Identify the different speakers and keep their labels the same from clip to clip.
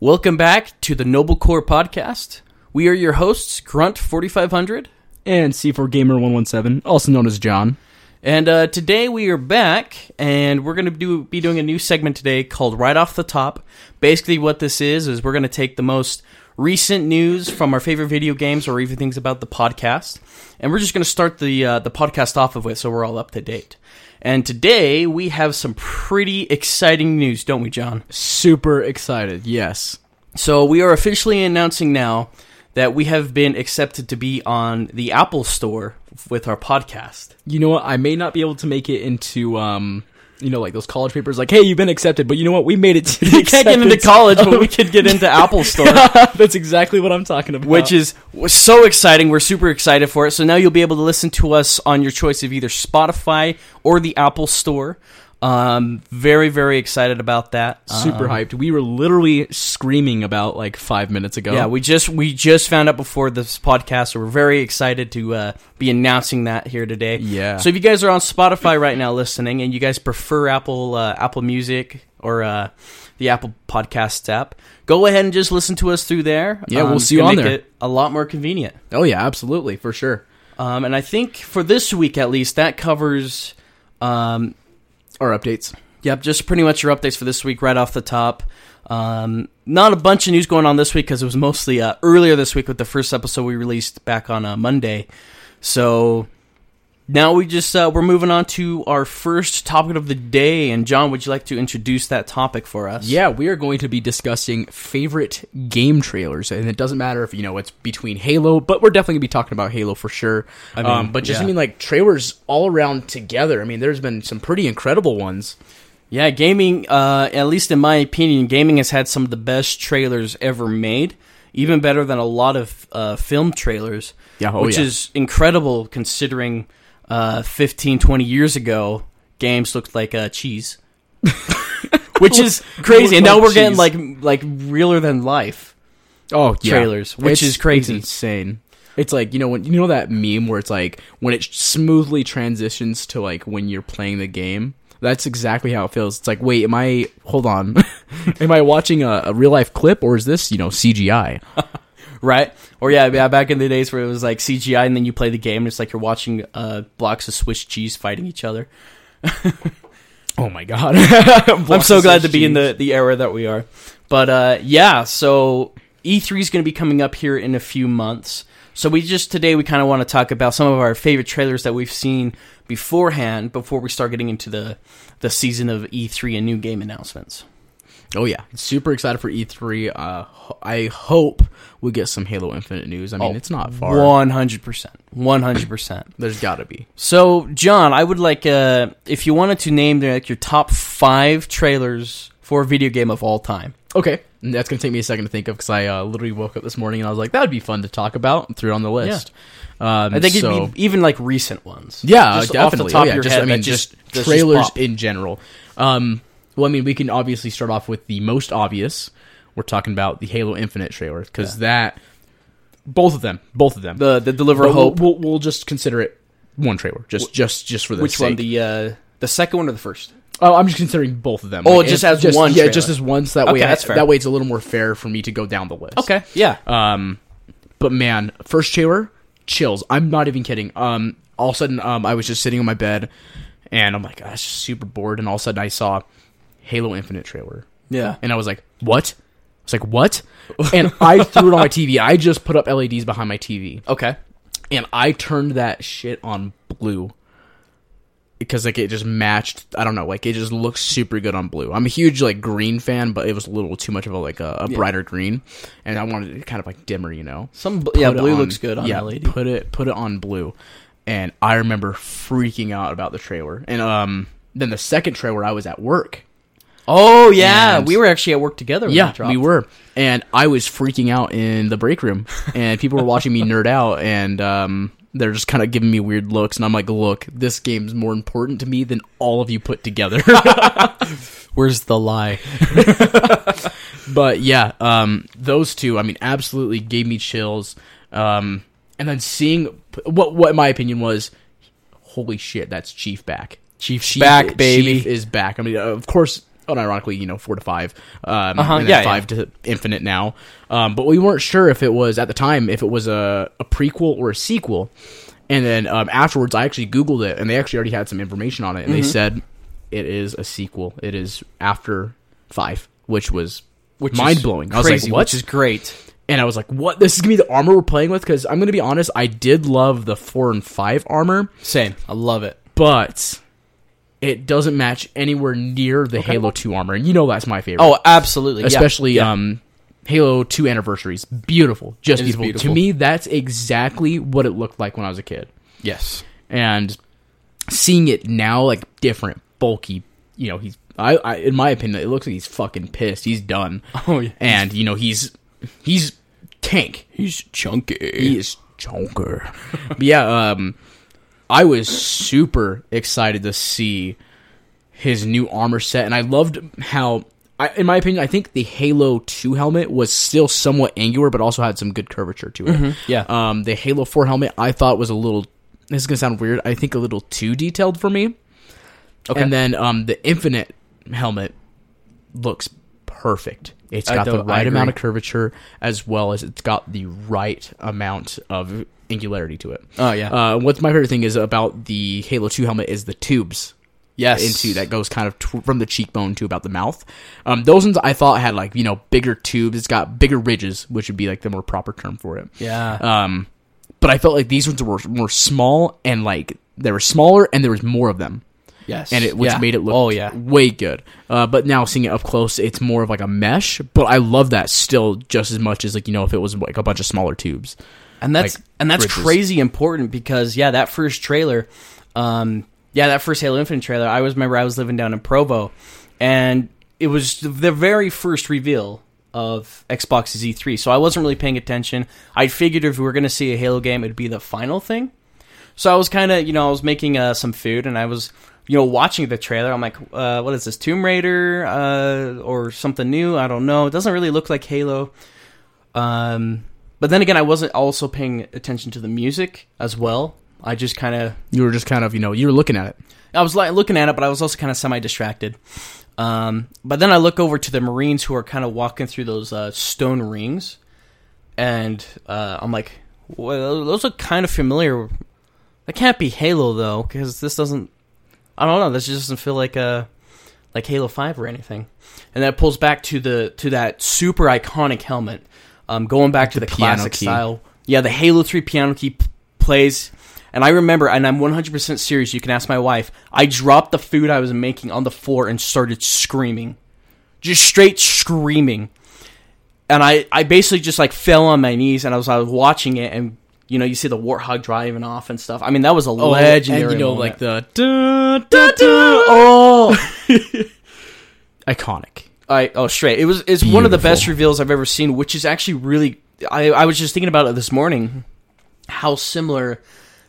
Speaker 1: Welcome back to the Noble Core Podcast. We are your hosts, Grunt4500,
Speaker 2: and C4 Gamer 117, also known as John.
Speaker 1: and uh, today we are back, and we're going to do, be doing a new segment today called Right Off the Top. Basically, what this is, is we're going to take the most recent news from our favorite video games or even things about the podcast, and we're just going to start the, uh, the podcast off of it so we're all up to date. And today we have some pretty exciting news, don't we, John?
Speaker 2: Super excited, yes.
Speaker 1: So we are officially announcing now that we have been accepted to be on the Apple Store with our podcast.
Speaker 2: You know what? I may not be able to make it into, um, you know, like those college papers, like, hey, you've been accepted, but you know what? We made it to the
Speaker 1: We can't get into
Speaker 2: acceptance.
Speaker 1: college, but we could get into Apple Store,
Speaker 2: That's exactly what I'm talking about.
Speaker 1: which is was so exciting. We're super excited for it. So now you'll be able to listen to us on your choice of either Spotify or the Apple Store. Um, very very excited about that.
Speaker 2: super
Speaker 1: Um,
Speaker 2: hyped. We were literally screaming about like five minutes ago.
Speaker 1: Yeah, we just we just found out before this podcast, so we're very excited to uh, be announcing that here today.
Speaker 2: Yeah.
Speaker 1: So if you guys are on Spotify right now listening, and you guys prefer Apple uh, Apple Music or uh, the Apple Podcast app, go ahead and just listen to us through there.
Speaker 2: Yeah, we'll
Speaker 1: it's
Speaker 2: see you
Speaker 1: gonna
Speaker 2: on
Speaker 1: make
Speaker 2: there.
Speaker 1: It a lot more convenient.
Speaker 2: oh, yeah, absolutely, for sure.
Speaker 1: Um, and I think for this week at least, that covers. Um,
Speaker 2: Our updates.
Speaker 1: Yep, just pretty much your updates for this week right off the top. Um, not a bunch of news going on this week because it was mostly uh, earlier this week with the first episode we released back on uh, Monday. So now we just uh, we're moving on to our first topic of the day. And John, would you like to introduce that topic for us?
Speaker 2: Yeah, we are going to be discussing favorite game trailers, and it doesn't matter if you know it's between Halo, but we're definitely gonna be talking about Halo for sure.
Speaker 1: mean,
Speaker 2: um, but just
Speaker 1: yeah.
Speaker 2: I mean like trailers all around together. I mean, there's been some pretty incredible ones.
Speaker 1: Yeah, gaming, uh, at least in my opinion, gaming has had some of the best trailers ever made, even better than a lot of uh, film trailers.
Speaker 2: Yeah, oh
Speaker 1: which
Speaker 2: yeah.
Speaker 1: is incredible considering uh, 15, 20 years ago, games looked like uh, cheese, which is crazy. And now
Speaker 2: Looked
Speaker 1: we're
Speaker 2: like
Speaker 1: getting
Speaker 2: cheese.
Speaker 1: like like realer than life.
Speaker 2: Oh,
Speaker 1: yeah. It's- it's
Speaker 2: insane. It's like you know when you know that meme where it's like when it smoothly transitions to like when you're playing the game. That's exactly how it feels. It's like, wait, am I? Hold on, am I watching a, a real life clip or is this you know CGI?
Speaker 1: Right? Or yeah, yeah, back in the days where it was like CGI and then you play the game and it's like you're watching uh, blocks of Swiss cheese fighting each other.
Speaker 2: Oh my god!
Speaker 1: I'm so glad to be in the, the era that we are. But uh, yeah, so E3 is going to be coming up here in a few months. So we just today we kind of want to talk about some of our favorite trailers that we've seen beforehand before we start getting into the the season of E3 and new game announcements.
Speaker 2: Oh yeah, super excited for E3. Uh, ho- I hope we get some Halo Infinite news. I
Speaker 1: Oh,
Speaker 2: mean, it's not far.
Speaker 1: One hundred percent, one hundred percent.
Speaker 2: There's got to be.
Speaker 1: So John, I would like uh, if you wanted to name like your top five trailers for a video game of all time.
Speaker 2: Okay, and that's gonna take me a second to think of because I uh, literally woke up this morning and I was like, that would be fun to talk about. and Threw it on the list. Um,
Speaker 1: I think
Speaker 2: so,
Speaker 1: it'd be even like recent ones.
Speaker 2: yeah,
Speaker 1: Just off the
Speaker 2: definitely.
Speaker 1: top
Speaker 2: Oh,
Speaker 1: of
Speaker 2: yeah,
Speaker 1: your
Speaker 2: just,
Speaker 1: head
Speaker 2: I
Speaker 1: that
Speaker 2: mean,
Speaker 1: just-
Speaker 2: just,
Speaker 1: just
Speaker 2: trailers
Speaker 1: pop.
Speaker 2: in general. Um, well, I mean, we can obviously start off with the most obvious. We're talking about the Halo Infinite trailer because that, both of them, both of them,
Speaker 1: The the deliver
Speaker 2: But we'll-
Speaker 1: hope.
Speaker 2: We'll, we'll, just consider it one trailer, just just just for this.
Speaker 1: Which one? The uh, the second one or the first?
Speaker 2: oh, I'm just considering both of them.
Speaker 1: Oh, just as one
Speaker 2: Yeah,
Speaker 1: trailer.
Speaker 2: just as one. So that way,
Speaker 1: Okay,
Speaker 2: I-
Speaker 1: that's fair.
Speaker 2: that way it's a little more fair for me to go down the list.
Speaker 1: yeah.
Speaker 2: Um, but man, first trailer chills. I'm not even kidding. Um, all of a sudden, um, I was just sitting on my bed, and I'm like, I was just super bored, and all of a sudden, I saw Halo Infinite trailer.
Speaker 1: yeah.
Speaker 2: And I was like, what? I was like, what? And I threw it on my TV. I just put up LEDs behind my TV
Speaker 1: Okay.
Speaker 2: and I turned that shit on blue because like it just matched. I don't know, like it just looks super good on blue. I'm a huge like green fan, but it was a little too much of a like a, a brighter green, and I wanted it kind of like dimmer, you know.
Speaker 1: Some bl- yeah,
Speaker 2: Put it
Speaker 1: blue
Speaker 2: on-
Speaker 1: looks good on E
Speaker 2: yeah,
Speaker 1: LED.
Speaker 2: Put it put it on blue, and I remember freaking out about the trailer. And um, then the second trailer, I was at work.
Speaker 1: Oh yeah,
Speaker 2: And-
Speaker 1: we were actually at work together. When
Speaker 2: Yeah,
Speaker 1: that dropped.
Speaker 2: we were. And I was freaking out in the break room, and people were watching me nerd out, and um, they're just kind of giving me weird looks. And I'm like, look, this game's more important to me than all of you put together.
Speaker 1: Where's the lie?
Speaker 2: but yeah, um, those two, I mean, absolutely gave me chills. Um, and then seeing what, what my opinion was, holy shit, that's Chief back.
Speaker 1: Chief's
Speaker 2: Chief,
Speaker 1: back, baby.
Speaker 2: Chief is back. I mean, uh, of course, unironically, you know, four to five, um,
Speaker 1: Uh-huh,
Speaker 2: and then
Speaker 1: yeah, yeah.
Speaker 2: five to infinite now. Um, but we weren't sure if it was at the time if it was a, a prequel or a sequel. And then um, afterwards, I actually Googled it, and they actually already had some information on it,
Speaker 1: Mm-hmm.
Speaker 2: and they said it is a sequel. It is after five, which was
Speaker 1: Which is
Speaker 2: mind blowing. I was like,
Speaker 1: crazy,
Speaker 2: what?
Speaker 1: Which is great.
Speaker 2: and I was like, "What? This is gonna be the armor we're playing with?" Because I'm gonna be honest, I did love the four and five armor,
Speaker 1: Same. I love it.
Speaker 2: but it doesn't match anywhere near the Halo Two armor, and you know that's my favorite.
Speaker 1: Oh, absolutely. yeah.
Speaker 2: especially um, Halo Two anniversaries, beautiful, just
Speaker 1: It is
Speaker 2: beautiful.
Speaker 1: beautiful.
Speaker 2: To me, that's exactly what it looked like when I was a kid,
Speaker 1: yes.
Speaker 2: and seeing it now, like different, bulky. You know, he's I, I in my opinion, it looks like he's fucking pissed. He's done,
Speaker 1: Oh yeah.
Speaker 2: and you know he's he's tank.
Speaker 1: He's chunky.
Speaker 2: He is chunker. but yeah, um, I was super excited to see his new armor set, and I loved how, I, in my opinion, I think the Halo Two helmet was still somewhat angular, but also had some good curvature to it.
Speaker 1: Mm-hmm. yeah.
Speaker 2: Um, the Halo Four helmet I thought was a little. This is gonna sound weird. I think a little too detailed for me.
Speaker 1: Okay.
Speaker 2: And then um, the Infinite helmet looks perfect. It's
Speaker 1: I
Speaker 2: got the
Speaker 1: don't- I
Speaker 2: right amount of
Speaker 1: agree.
Speaker 2: curvature as well as it's got the right amount of angularity to it.
Speaker 1: Oh, yeah.
Speaker 2: Uh, what's my favorite thing is about the Halo Two helmet is the tubes
Speaker 1: yes.
Speaker 2: into that goes kind of t- from the cheekbone to about the mouth. Um, those ones I thought had like you know bigger tubes. It's got bigger ridges, which would be like the more proper term for it.
Speaker 1: Yeah.
Speaker 2: Um, but I felt like these ones were were small and like they were smaller and there was more of them,
Speaker 1: yes.
Speaker 2: and it which
Speaker 1: Yeah.
Speaker 2: made it look
Speaker 1: Oh yeah.
Speaker 2: way good. Uh, but now seeing it up close, it's more of like a mesh. But I love that still just as much as like you know if it was like a bunch of smaller tubes.
Speaker 1: and that's
Speaker 2: like,
Speaker 1: and that's
Speaker 2: bridges.
Speaker 1: crazy important because yeah, that first trailer, um, yeah, that first Halo Infinite trailer. I always remember I was living down in Provo, and it was the very first reveal of Xbox's E3. So I wasn't really paying attention. I figured if we were going to see a Halo game, it'd be the final thing. So I was kind of, you know, I was making uh, some food and I was, you know, watching the trailer. I'm like, uh, what is this, Tomb Raider uh, or something new? I don't know. It doesn't really look like Halo. Um, but then again, I wasn't also paying attention to the music as well. I just kind of,
Speaker 2: You were just kind of you know you were looking at it.
Speaker 1: I was like looking at it, but I was also kind of semi distracted. Um, but then I look over to the Marines who are kind of walking through those uh, stone rings, and uh, I'm like, well, those look kind of familiar. That can't be Halo though, because this doesn't. I don't know. This just doesn't feel like a like Halo Five or anything. And that pulls back to the to that super iconic helmet. Um, going back to the,
Speaker 2: piano
Speaker 1: classic
Speaker 2: key.
Speaker 1: style. Yeah, the Halo Three piano key p- plays. And I remember, and I'm 100% serious. You can ask my wife. I dropped the food I was making on the floor and started screaming, just straight screaming and I, I basically just like fell on my knees and I was I was watching it and you know you see the warthog driving off and stuff. I mean that was a legendary.
Speaker 2: Oh, and you know
Speaker 1: moment.
Speaker 2: like the da, da, da, oh iconic.
Speaker 1: I oh straight. It was it's one of the best
Speaker 2: Beautiful.
Speaker 1: reveals I've ever seen, which is actually really. I I was just thinking about it this morning, how similar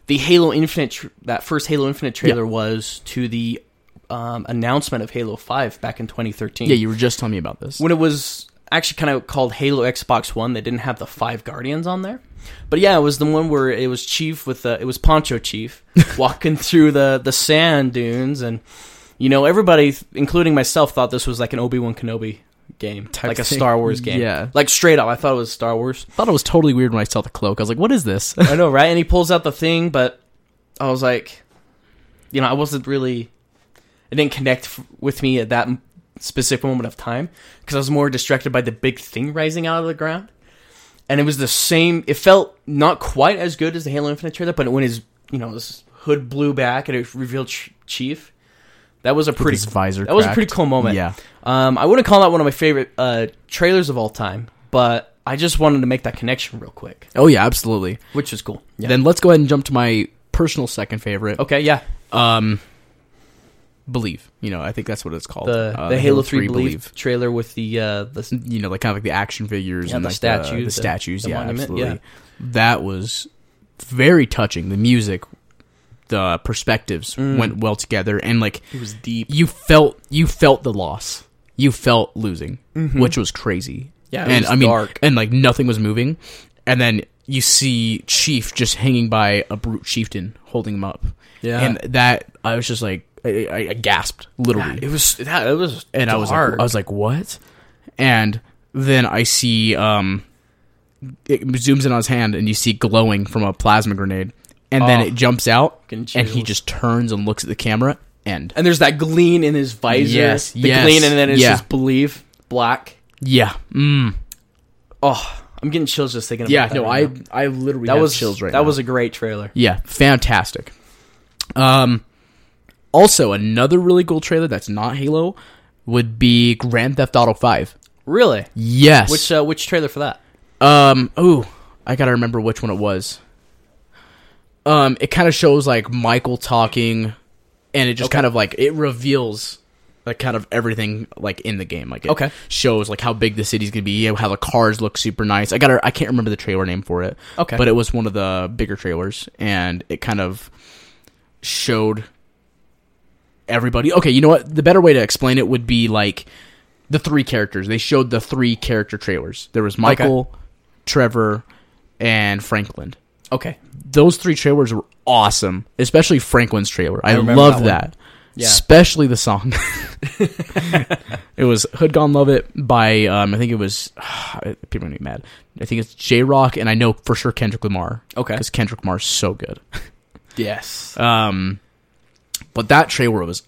Speaker 1: the Halo Infinite tr- that first Halo Infinite trailer was to the um, announcement of Halo Five back in 2013.
Speaker 2: Yeah, you were just telling me about this.
Speaker 1: when it was actually kind of called Halo Xbox One. They didn't have the five guardians on there, but yeah, it was the one where it was Chief with the it was Poncho Chief walking through the the sand dunes, and you know everybody, including myself, thought this was like an Obi Wan Kenobi game,
Speaker 2: Type
Speaker 1: like a
Speaker 2: thing.
Speaker 1: Star Wars game,
Speaker 2: Yeah.
Speaker 1: like straight up. I thought it was Star Wars.
Speaker 2: I thought it was totally weird when I saw the cloak. I was like, "What is this?"
Speaker 1: I know, right? And he pulls out the thing, but I was like, you know, I wasn't really, it didn't connect f- with me at that m- specific moment of time because I was more distracted by the big thing rising out of the ground. And it was the same, it felt not quite as good as the Halo Infinite trailer, but when his, you know, his hood blew back and it revealed Ch- Chief, that was a pretty,
Speaker 2: his visor
Speaker 1: that was a
Speaker 2: cracked.
Speaker 1: pretty cool moment.
Speaker 2: Yeah,
Speaker 1: Um, I wouldn't call that one of my favorite uh, trailers of all time, but I just wanted to make that connection real quick,
Speaker 2: Oh yeah, absolutely.
Speaker 1: which was cool. Yeah.
Speaker 2: Then let's go ahead and jump to my personal second favorite.
Speaker 1: okay, yeah.
Speaker 2: Um, believe. You know, I think that's what it's called.
Speaker 1: the,
Speaker 2: Uh,
Speaker 1: the Halo Three believe, trailer with the uh, the s-
Speaker 2: You know, like kind of like the action figures
Speaker 1: Yeah,
Speaker 2: and
Speaker 1: the
Speaker 2: like
Speaker 1: statue,
Speaker 2: the,
Speaker 1: the-
Speaker 2: statues.
Speaker 1: the
Speaker 2: yeah,
Speaker 1: monument,
Speaker 2: absolutely. That was very touching. The music, the perspectives went well together, and like
Speaker 1: Mm. it was deep.
Speaker 2: you felt you felt the loss. You felt losing, which was crazy.
Speaker 1: Mm-hmm. Yeah, it
Speaker 2: and
Speaker 1: was
Speaker 2: I mean,
Speaker 1: dark.
Speaker 2: and like nothing was moving, and then you see Chief just hanging by a brute chieftain holding him up.
Speaker 1: Yeah.
Speaker 2: and that I was just like, I, I, I gasped literally,
Speaker 1: It was that it was
Speaker 2: and I was
Speaker 1: dark.
Speaker 2: like, I was like, what? And then I see um, it zooms in on his hand, and you see glowing from a plasma grenade, and then
Speaker 1: Oh.
Speaker 2: it jumps out,
Speaker 1: Fucking
Speaker 2: and he
Speaker 1: chills.
Speaker 2: just turns and looks at the camera. End.
Speaker 1: and there's that glean in his visor.
Speaker 2: Yes,
Speaker 1: the
Speaker 2: yes,
Speaker 1: glean, and then it's
Speaker 2: yeah.
Speaker 1: just believe black.
Speaker 2: Yeah. Mm.
Speaker 1: Oh, I'm getting chills just thinking. about
Speaker 2: Yeah.
Speaker 1: that
Speaker 2: No,
Speaker 1: right
Speaker 2: I
Speaker 1: now.
Speaker 2: I literally
Speaker 1: that
Speaker 2: have
Speaker 1: was
Speaker 2: chills right
Speaker 1: that
Speaker 2: now.
Speaker 1: was a great trailer.
Speaker 2: Yeah, fantastic. Um, also another really cool trailer that's not Halo would be Grand Theft Auto Five.
Speaker 1: Really,
Speaker 2: Yes.
Speaker 1: which uh, which trailer for that?
Speaker 2: um. Ooh, I gotta remember which one it was. Um, it kind of shows like Michael talking, and it just kind of like it reveals like kind of everything like in the game. Like it
Speaker 1: Okay.
Speaker 2: shows like how big the city's gonna be, how the cars look super nice. I gotta I can't remember the trailer name for it.
Speaker 1: Okay.
Speaker 2: but it was one of the bigger trailers, and it kind of showed everybody. Okay, you know what? The better way to explain it would be like the three characters. They showed the three character trailers. There was Michael, Trevor, and Franklin.
Speaker 1: Okay,
Speaker 2: Those three trailers were awesome, especially Franklin's trailer. I,
Speaker 1: remember that one.
Speaker 2: love that.
Speaker 1: Yeah.
Speaker 2: Especially the song. it was Hood Gone Love It by, um, I think it was, people are going to be mad. I think it's J Rock, and I know for sure Kendrick Lamar.
Speaker 1: Okay.
Speaker 2: Because Kendrick Lamar's so good.
Speaker 1: yes,
Speaker 2: Um, but that trailer was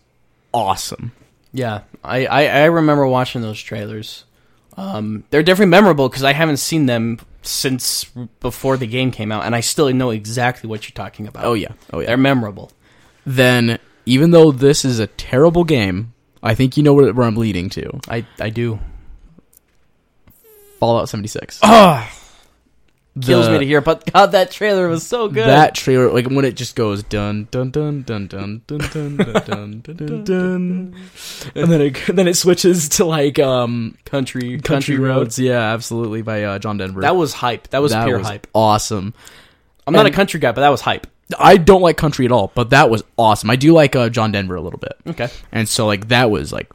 Speaker 2: awesome.
Speaker 1: yeah. I, I I remember watching those trailers. Um, they're definitely memorable because I haven't seen them since before the game came out, and I still know exactly what you're talking about.
Speaker 2: Oh yeah, oh yeah.
Speaker 1: they're memorable.
Speaker 2: Then, even though this is a terrible game, I think you know where, where I'm leading to.
Speaker 1: I I do.
Speaker 2: Fallout 76.
Speaker 1: Oh,
Speaker 2: Ah, The-
Speaker 1: kills me to hear, but God, that trailer was so good.
Speaker 2: That trailer, like when it just goes dun dun dun dun dun dun dun dun dun dun dun, dun, and then it then it switches to like um
Speaker 1: country,
Speaker 2: country roads. Yeah, absolutely by uh, John Denver.
Speaker 1: That was hype. That was pure hype.
Speaker 2: Awesome.
Speaker 1: I'm not a
Speaker 2: and-
Speaker 1: country guy, but that was hype.
Speaker 2: I don't like country at all, but that was awesome. I do like uh, John Denver a little bit,
Speaker 1: Okay,
Speaker 2: and so like that was like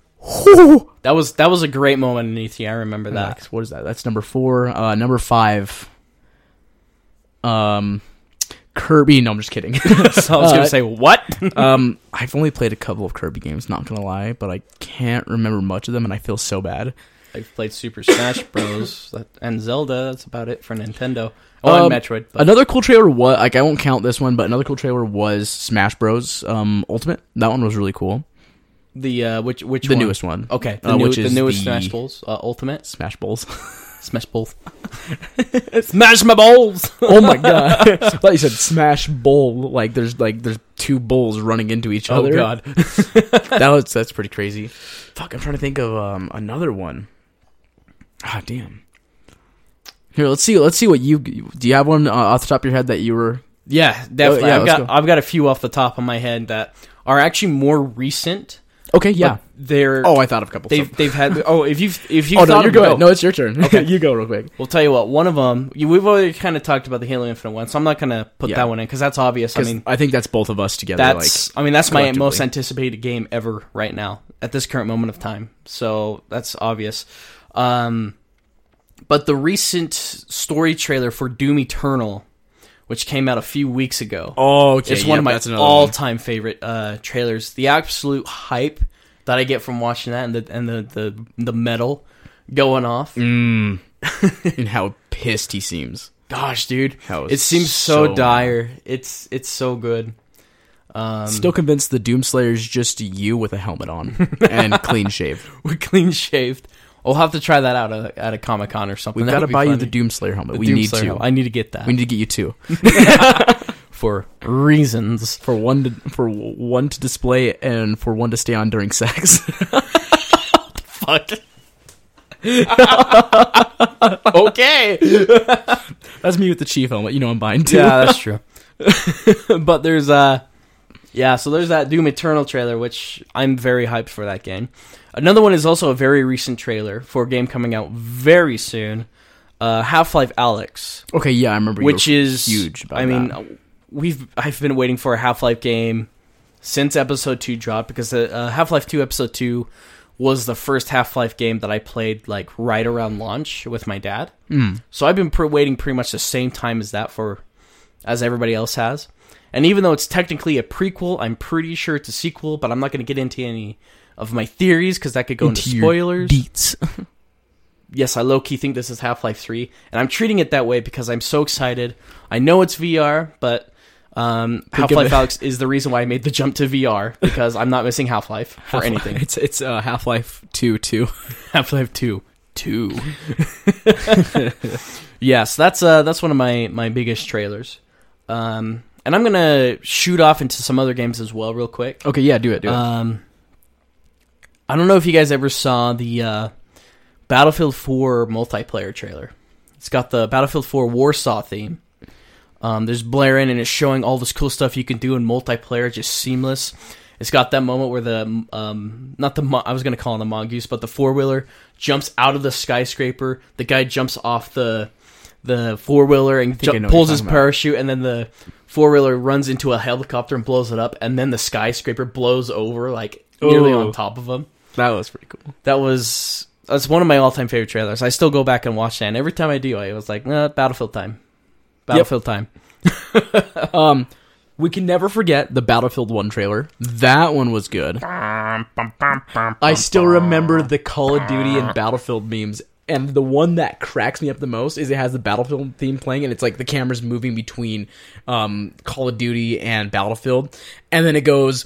Speaker 1: that was that was a great moment in E3. I remember that.
Speaker 2: Relax. what is that? That's number four. Uh, number five. Um, Kirby. No, I'm just kidding.
Speaker 1: so I was
Speaker 2: Uh,
Speaker 1: gonna say what?
Speaker 2: um, I've only played a couple of Kirby games. Not gonna lie, but I can't remember much of them, and I feel so bad.
Speaker 1: I've played Super Smash Bros. that, and Zelda. That's about it for Nintendo. Oh,
Speaker 2: Um,
Speaker 1: and Metroid. But
Speaker 2: Another cool trailer was like I won't count this one, but another cool trailer was Smash Bros. Um, Ultimate. That one was really cool.
Speaker 1: the uh, which which
Speaker 2: the
Speaker 1: one? Oh.
Speaker 2: newest one.
Speaker 1: Okay, the,
Speaker 2: Uh,
Speaker 1: new,
Speaker 2: which
Speaker 1: the
Speaker 2: is
Speaker 1: newest
Speaker 2: the-
Speaker 1: Smash Bowls uh, Ultimate
Speaker 2: Smash Bowls.
Speaker 1: Smash Bowls. Smash my bowls.
Speaker 2: oh my god! I thought you said Smash Bowl. Like there's like there's two bulls running into each
Speaker 1: Oh
Speaker 2: other.
Speaker 1: God.
Speaker 2: that was that's pretty crazy. Fuck, I'm trying to think of um another one. Ah, damn. Here, let's see. Let's see what you do. You have one uh, off the top of your head that you were.
Speaker 1: Yeah, definitely.
Speaker 2: Oh, yeah,
Speaker 1: I've
Speaker 2: let's
Speaker 1: got
Speaker 2: go.
Speaker 1: I've got a few off the top of my head that are actually more recent.
Speaker 2: Okay,
Speaker 1: but
Speaker 2: yeah.
Speaker 1: they're
Speaker 2: Oh, I thought of a couple.
Speaker 1: they've
Speaker 2: so-
Speaker 1: they've had. Oh, if you've if you
Speaker 2: oh
Speaker 1: have
Speaker 2: no,
Speaker 1: thought
Speaker 2: you're
Speaker 1: of
Speaker 2: good.
Speaker 1: no,
Speaker 2: No, it's your turn.
Speaker 1: Okay.
Speaker 2: you go real quick.
Speaker 1: We'll tell you what. One of them you, we've already kind of talked about the Halo Infinite one, so I'm not gonna put
Speaker 2: Yeah.
Speaker 1: that one in because that's obvious. I
Speaker 2: 'Cause
Speaker 1: mean,
Speaker 2: I think that's both of us together.
Speaker 1: that's I mean that's my
Speaker 2: collectively.
Speaker 1: most anticipated game ever right now at this current moment of time. So that's obvious. Um, but the recent story trailer for Doom Eternal, which came out a few weeks ago,
Speaker 2: oh, okay.
Speaker 1: it's
Speaker 2: yep,
Speaker 1: one of my
Speaker 2: that's another one.
Speaker 1: all-time favorite uh, trailers. The absolute hype that I get from watching that, and the and the the, the metal going off.
Speaker 2: Mm. and how pissed he seems.
Speaker 1: Gosh, dude,
Speaker 2: That was
Speaker 1: it seems so,
Speaker 2: so-
Speaker 1: dire. It's it's so good. Um,
Speaker 2: Still convinced the Doomslayer's just you with a helmet on and clean shaved.
Speaker 1: we're clean shaved. We'll have to try that out at, at a comic con or something.
Speaker 2: We've
Speaker 1: That
Speaker 2: got to
Speaker 1: would be
Speaker 2: buy you
Speaker 1: funny.
Speaker 2: the Doomslayer helmet.
Speaker 1: The
Speaker 2: we
Speaker 1: Doom
Speaker 2: need
Speaker 1: Slayer
Speaker 2: to.
Speaker 1: helmet. I need to get that
Speaker 2: we need to get you two.
Speaker 1: for reasons.
Speaker 2: for one to for one to display and for one to stay on during sex.
Speaker 1: Fuck. okay.
Speaker 2: That's me with the chief helmet. You know I'm buying too.
Speaker 1: Yeah, that's true. but there's uh yeah, so there's that Doom Eternal trailer, which I'm very hyped for that game. Another one is also a very recent trailer for a game coming out very soon, uh, Half Life Alex,
Speaker 2: Okay, yeah, I remember.
Speaker 1: which
Speaker 2: you
Speaker 1: is
Speaker 2: huge about
Speaker 1: I mean,
Speaker 2: that.
Speaker 1: we've I've been waiting for a Half Life game since Episode Two dropped because the uh, Half Life Two Episode Two was the first Half Life game that I played like right around launch with my dad.
Speaker 2: Hmm,
Speaker 1: So I've been pre- waiting pretty much the same time as that for as everybody else has. And even though it's technically a prequel, I'm pretty sure it's a sequel, but I'm not going to get into any of my theories because that could go into,
Speaker 2: Into your
Speaker 1: spoilers.
Speaker 2: Deets.
Speaker 1: yes, I low key think this is Half Life 3, and I'm treating it that way because I'm so excited. I know it's VR, but um, Half
Speaker 2: Think of
Speaker 1: Life
Speaker 2: it-
Speaker 1: Alex is the reason why I made the jump to VR because I'm not missing Half Life for
Speaker 2: Half-Life-
Speaker 1: anything.
Speaker 2: It's it's uh, Half Life Two Two.
Speaker 1: Half Life 2. Two. yes, that's uh, that's one of my, my biggest trailers. Um, and I'm going to shoot off into some other games as well, real quick.
Speaker 2: Okay, yeah, do it, do it.
Speaker 1: Um, I don't know if you guys ever saw the uh, Battlefield 4 multiplayer trailer. It's got the Battlefield 4 Warsaw theme. Um, there's blaring and it's showing all this cool stuff you can do in multiplayer, just seamless. It's got that moment where the um, not the mo- I was gonna call him the mongoose, but the four wheeler jumps out of the skyscraper. The guy jumps off the the four wheeler and
Speaker 2: think I
Speaker 1: ju-
Speaker 2: know what
Speaker 1: pulls
Speaker 2: you're
Speaker 1: his
Speaker 2: talking about.
Speaker 1: parachute, and then the four wheeler runs into a helicopter and blows it up, and then the skyscraper blows over like nearly
Speaker 2: Ooh.
Speaker 1: on top of him.
Speaker 2: that was pretty cool.
Speaker 1: That was that's one of my all time favorite trailers. I still go back and watch that. And every time I do, I was like, nah, Battlefield time, Battlefield time.
Speaker 2: Um, we can never forget the Battlefield One trailer. That one was good. I still remember the Call of Duty and Battlefield memes. And the one that cracks me up the most is it has the Battlefield theme playing, and it's like the camera's moving between um, Call of Duty and Battlefield, and then it goes,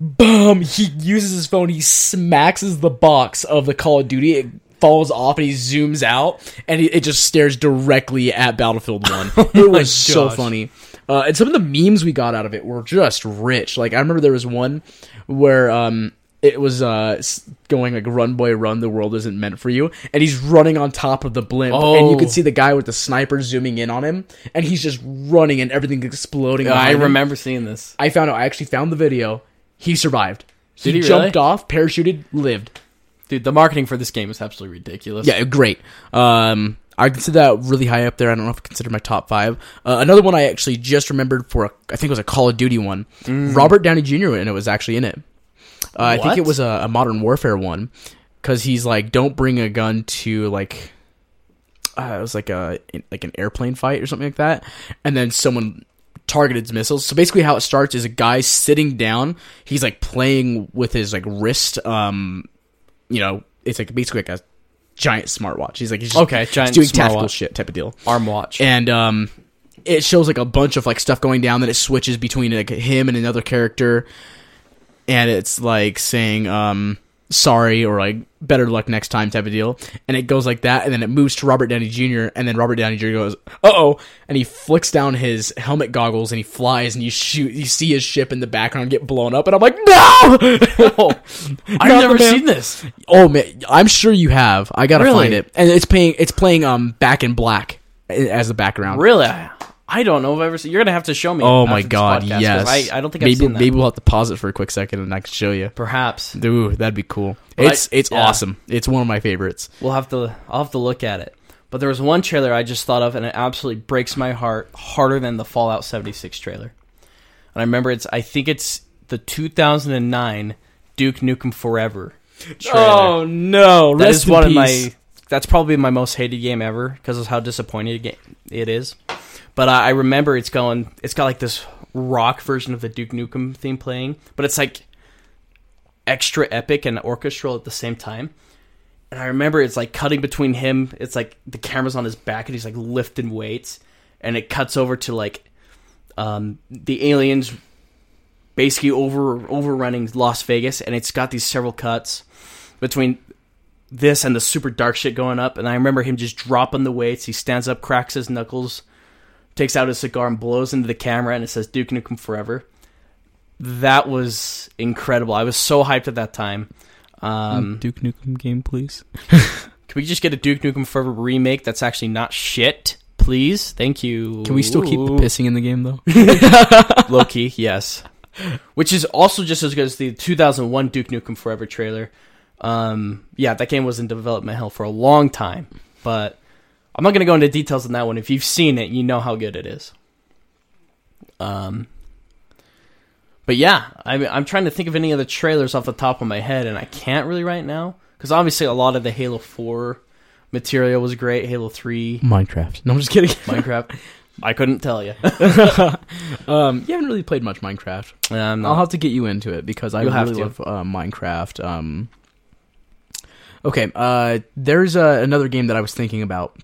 Speaker 2: boom! He uses his phone, he smacks the box of the Call of Duty. It falls off, and he zooms out, and it it just stares directly at Battlefield One. it was so
Speaker 1: Oh gosh.
Speaker 2: funny funny. Uh, and some of the memes we got out of it were just rich. Like I remember there was one where um it was uh s- going like run boy run the world isn't meant for you and he's running on top of the blimp and you
Speaker 1: Oh.
Speaker 2: can see the guy with the sniper zooming in on him and he's just running and everything's exploding
Speaker 1: I
Speaker 2: behind him.
Speaker 1: remember seeing this.
Speaker 2: I found out I actually found the video he survived he,
Speaker 1: Did he
Speaker 2: jumped
Speaker 1: really?
Speaker 2: off parachuted lived
Speaker 1: Dude, the marketing for this game is absolutely ridiculous.
Speaker 2: yeah, great. Um, I consider that really high up there. I don't know if I consider my top five. Uh, another one I actually just remembered for, a, I think it was a Call of Duty one. Robert Downey Jr. and it was actually in it. Uh, I think
Speaker 1: What?
Speaker 2: it was a, a Modern Warfare one because he's like, don't bring a gun to like, uh, it was like a like an airplane fight or something like that, and then someone targeted missiles. So basically, how it starts is a guy sitting down. He's like playing with his like wrist. Um, you know, it's like basically like a giant smartwatch. He's like he's just
Speaker 1: Okay,
Speaker 2: he's
Speaker 1: giant
Speaker 2: doing tactical
Speaker 1: smartwatch.
Speaker 2: shit type of deal.
Speaker 1: Arm watch.
Speaker 2: And um, it shows like a bunch of like stuff going down. Then it switches between like him and another character, and it's like saying um sorry or like better luck next time type of deal. And it goes like that, and then it moves to Robert Downey Jr. And then Robert Downey Jr. goes uh oh, and he flicks down his helmet goggles and he flies, and you shoot, you see his ship in the background get blown up, and I'm like no,
Speaker 1: Oh. I've never seen this.
Speaker 2: Oh man, I'm sure you have. I gotta
Speaker 1: Really?
Speaker 2: find it, and it's playing. It's playing um back in black i- as the background.
Speaker 1: Really? I don't know if I've ever seen. You're gonna have to show me.
Speaker 2: Oh
Speaker 1: after
Speaker 2: my
Speaker 1: this
Speaker 2: god,
Speaker 1: podcast, 'cause
Speaker 2: yes.
Speaker 1: I, I don't think
Speaker 2: maybe
Speaker 1: I've seen that.
Speaker 2: maybe we'll have to pause it for a quick second and I can show you.
Speaker 1: Perhaps
Speaker 2: Ooh, that'd be cool.
Speaker 1: Well, I-
Speaker 2: It's it's
Speaker 1: yeah.
Speaker 2: awesome. It's one of my favorites.
Speaker 1: we'll have to. I'll have to look at it. But there was one trailer I just thought of, and it absolutely breaks my heart harder than the Fallout 76 trailer. And I remember it's. I think it's the 2009 Duke Nukem Forever trailer.
Speaker 2: Oh, no,
Speaker 1: that is one of my that's probably my most hated game ever because of how disappointed it ga- it is but I, I remember it's going it's got like this rock version of the duke nukem theme playing but it's like extra epic and orchestral at the same time and i remember it's like cutting between him it's like the camera's on his back and he's like lifting weights and it cuts over to like um, the aliens basically over overrunning las vegas and it's got these several cuts between this and the super dark shit going up. And I remember him just dropping the weights. He stands up, cracks his knuckles, takes out his cigar, and blows into the camera. And it says Duke Nukem Forever. That was incredible. I was so hyped at that time. Um,
Speaker 2: Mm, Duke Nukem game, please.
Speaker 1: can we just get a Duke Nukem Forever remake that's actually not shit? Please, thank you.
Speaker 2: Can we still keep the pissing in the game though?
Speaker 1: low key? Yes, which is also just as good as the 2001 Duke Nukem Forever trailer. Um, yeah, that game was in development hell for a long time, but I'm not going to go into details on that one. If you've seen it, you know how good it is. Um, but yeah, I mean, I'm trying to think of any other trailers off the top of my head, and I can't really right now because obviously a lot of the Halo 4 material was great. Halo 3,
Speaker 2: Minecraft. No, I'm just kidding.
Speaker 1: Minecraft. I couldn't tell you.
Speaker 2: Um, you haven't really played much Minecraft.
Speaker 1: I'm
Speaker 2: I'll
Speaker 1: not.
Speaker 2: have to get you into it because I
Speaker 1: You'll have
Speaker 2: really
Speaker 1: to.
Speaker 2: love uh, Minecraft. Um, okay, uh, there's uh, another game that I was thinking about.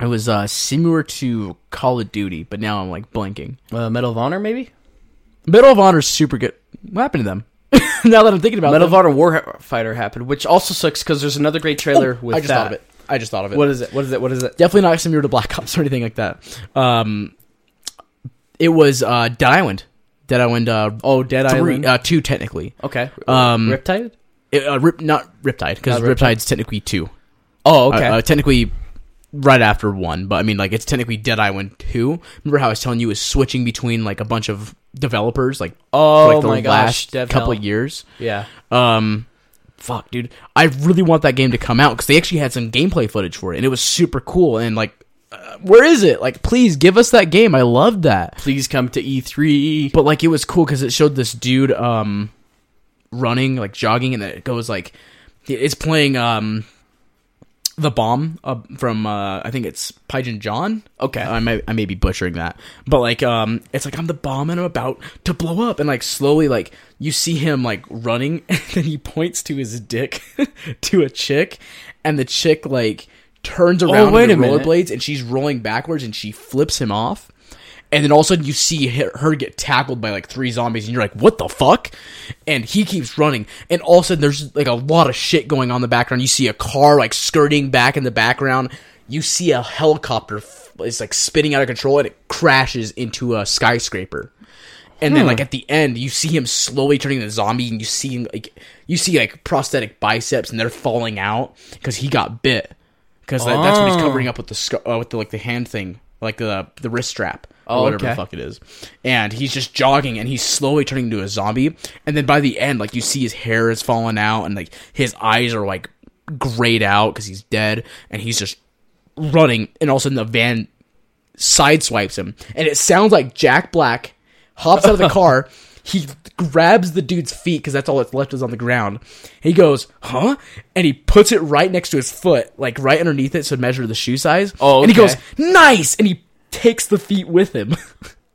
Speaker 2: It was uh, similar to Call of Duty, but now I'm like blanking.
Speaker 1: Uh, Medal of Honor, maybe.
Speaker 2: Medal of Honor's super good. What happened to them? now that I'm thinking about
Speaker 1: Medal
Speaker 2: them,
Speaker 1: of Honor Warfighter happened, which also sucks because there's another great trailer with
Speaker 2: I just
Speaker 1: that.
Speaker 2: thought of it. I just thought of it.
Speaker 1: What is it? What is it? What is it?
Speaker 2: Definitely not similar to Black Ops or anything like that. Um, it was uh, Dead Island. Dead Island. Uh,
Speaker 1: Oh, Dead
Speaker 2: three,
Speaker 1: Island.
Speaker 2: uh, two technically.
Speaker 1: okay.
Speaker 2: Um,
Speaker 1: Riptide.
Speaker 2: It, uh, Rip, not Riptide, because
Speaker 1: Not Riptide.
Speaker 2: Riptide's technically two.
Speaker 1: Oh, okay.
Speaker 2: Uh, uh, technically, right after one, but I mean, like, it's technically Dead Island two. Remember how I was telling you is switching between like a bunch of developers, like
Speaker 1: oh
Speaker 2: for, like, the
Speaker 1: my gosh.
Speaker 2: last
Speaker 1: Dev
Speaker 2: couple
Speaker 1: Hell.
Speaker 2: years.
Speaker 1: Yeah.
Speaker 2: Um, fuck, dude, I really want that game to come out because they actually had some gameplay footage for it, and it was super cool. And like, uh, where is it? Like, please give us that game. I loved that
Speaker 1: Please come to E E3.
Speaker 2: but like it was cool because it showed this dude um running like jogging and then it goes like it's playing um the bomb uh, from uh i think it's pigeon john
Speaker 1: Okay.
Speaker 2: I may, I may be butchering that but like um it's like i'm the bomb and i'm about to blow up and like slowly like you see him like running and then he points to his dick to a chick and the chick like turns around
Speaker 1: Oh,
Speaker 2: in
Speaker 1: wait
Speaker 2: the
Speaker 1: a minute.
Speaker 2: rollerblades and she's rolling backwards and she flips him off and then all of a sudden you see her her get tackled by like three zombies and you're like what the fuck and he keeps running and all of a sudden there's like a lot of shit going on in the background you see a car like skirting back in the background you see a helicopter f- it's like spinning out of control and it crashes into a skyscraper and then
Speaker 1: Hmm.
Speaker 2: like at the end you see him slowly turning into a zombie and you see like you see like prosthetic biceps and they're falling out because he got bit because that's what he's
Speaker 1: Oh.
Speaker 2: covering up with the scar- uh, with the like the hand thing like the the wrist strap or
Speaker 1: Oh,
Speaker 2: whatever the
Speaker 1: okay.
Speaker 2: fuck it is and he's just jogging and he's slowly turning into a zombie and then by the end like you see his hair is falling out and like his eyes are like grayed out because he's dead and he's just running and all of a sudden the van sideswipes him and it sounds like jack black hops out of the car he grabs the dude's feet because that's all that's left is on the ground he goes huh and he puts it right next to his foot like right underneath it to measure the shoe size
Speaker 1: Oh,
Speaker 2: and he goes
Speaker 1: okay.
Speaker 2: nice and he takes the feet with him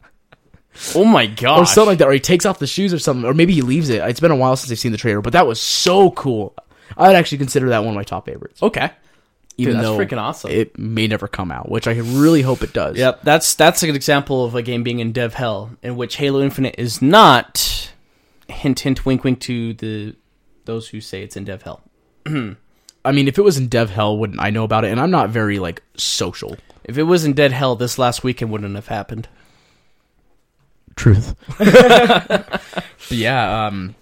Speaker 1: Oh my
Speaker 2: or
Speaker 1: gosh.
Speaker 2: something like that or he takes off the shoes or something or maybe he leaves it it's been a while since i've seen the trailer but that was so cool i'd actually consider that one of my top favorites
Speaker 1: okay.
Speaker 2: even
Speaker 1: that's
Speaker 2: though
Speaker 1: freaking awesome.
Speaker 2: it may never come out which i really hope it does
Speaker 1: Yep, that's that's an example of a game being in dev hell, in which Halo Infinite is not. Hint, hint, wink, wink to the those who say it's in dev hell.
Speaker 2: I mean, if it was in dev hell, wouldn't I know about it? And I'm not very like social.
Speaker 1: If it was in dead hell, this last weekend wouldn't have happened.
Speaker 2: Truth. but yeah, um,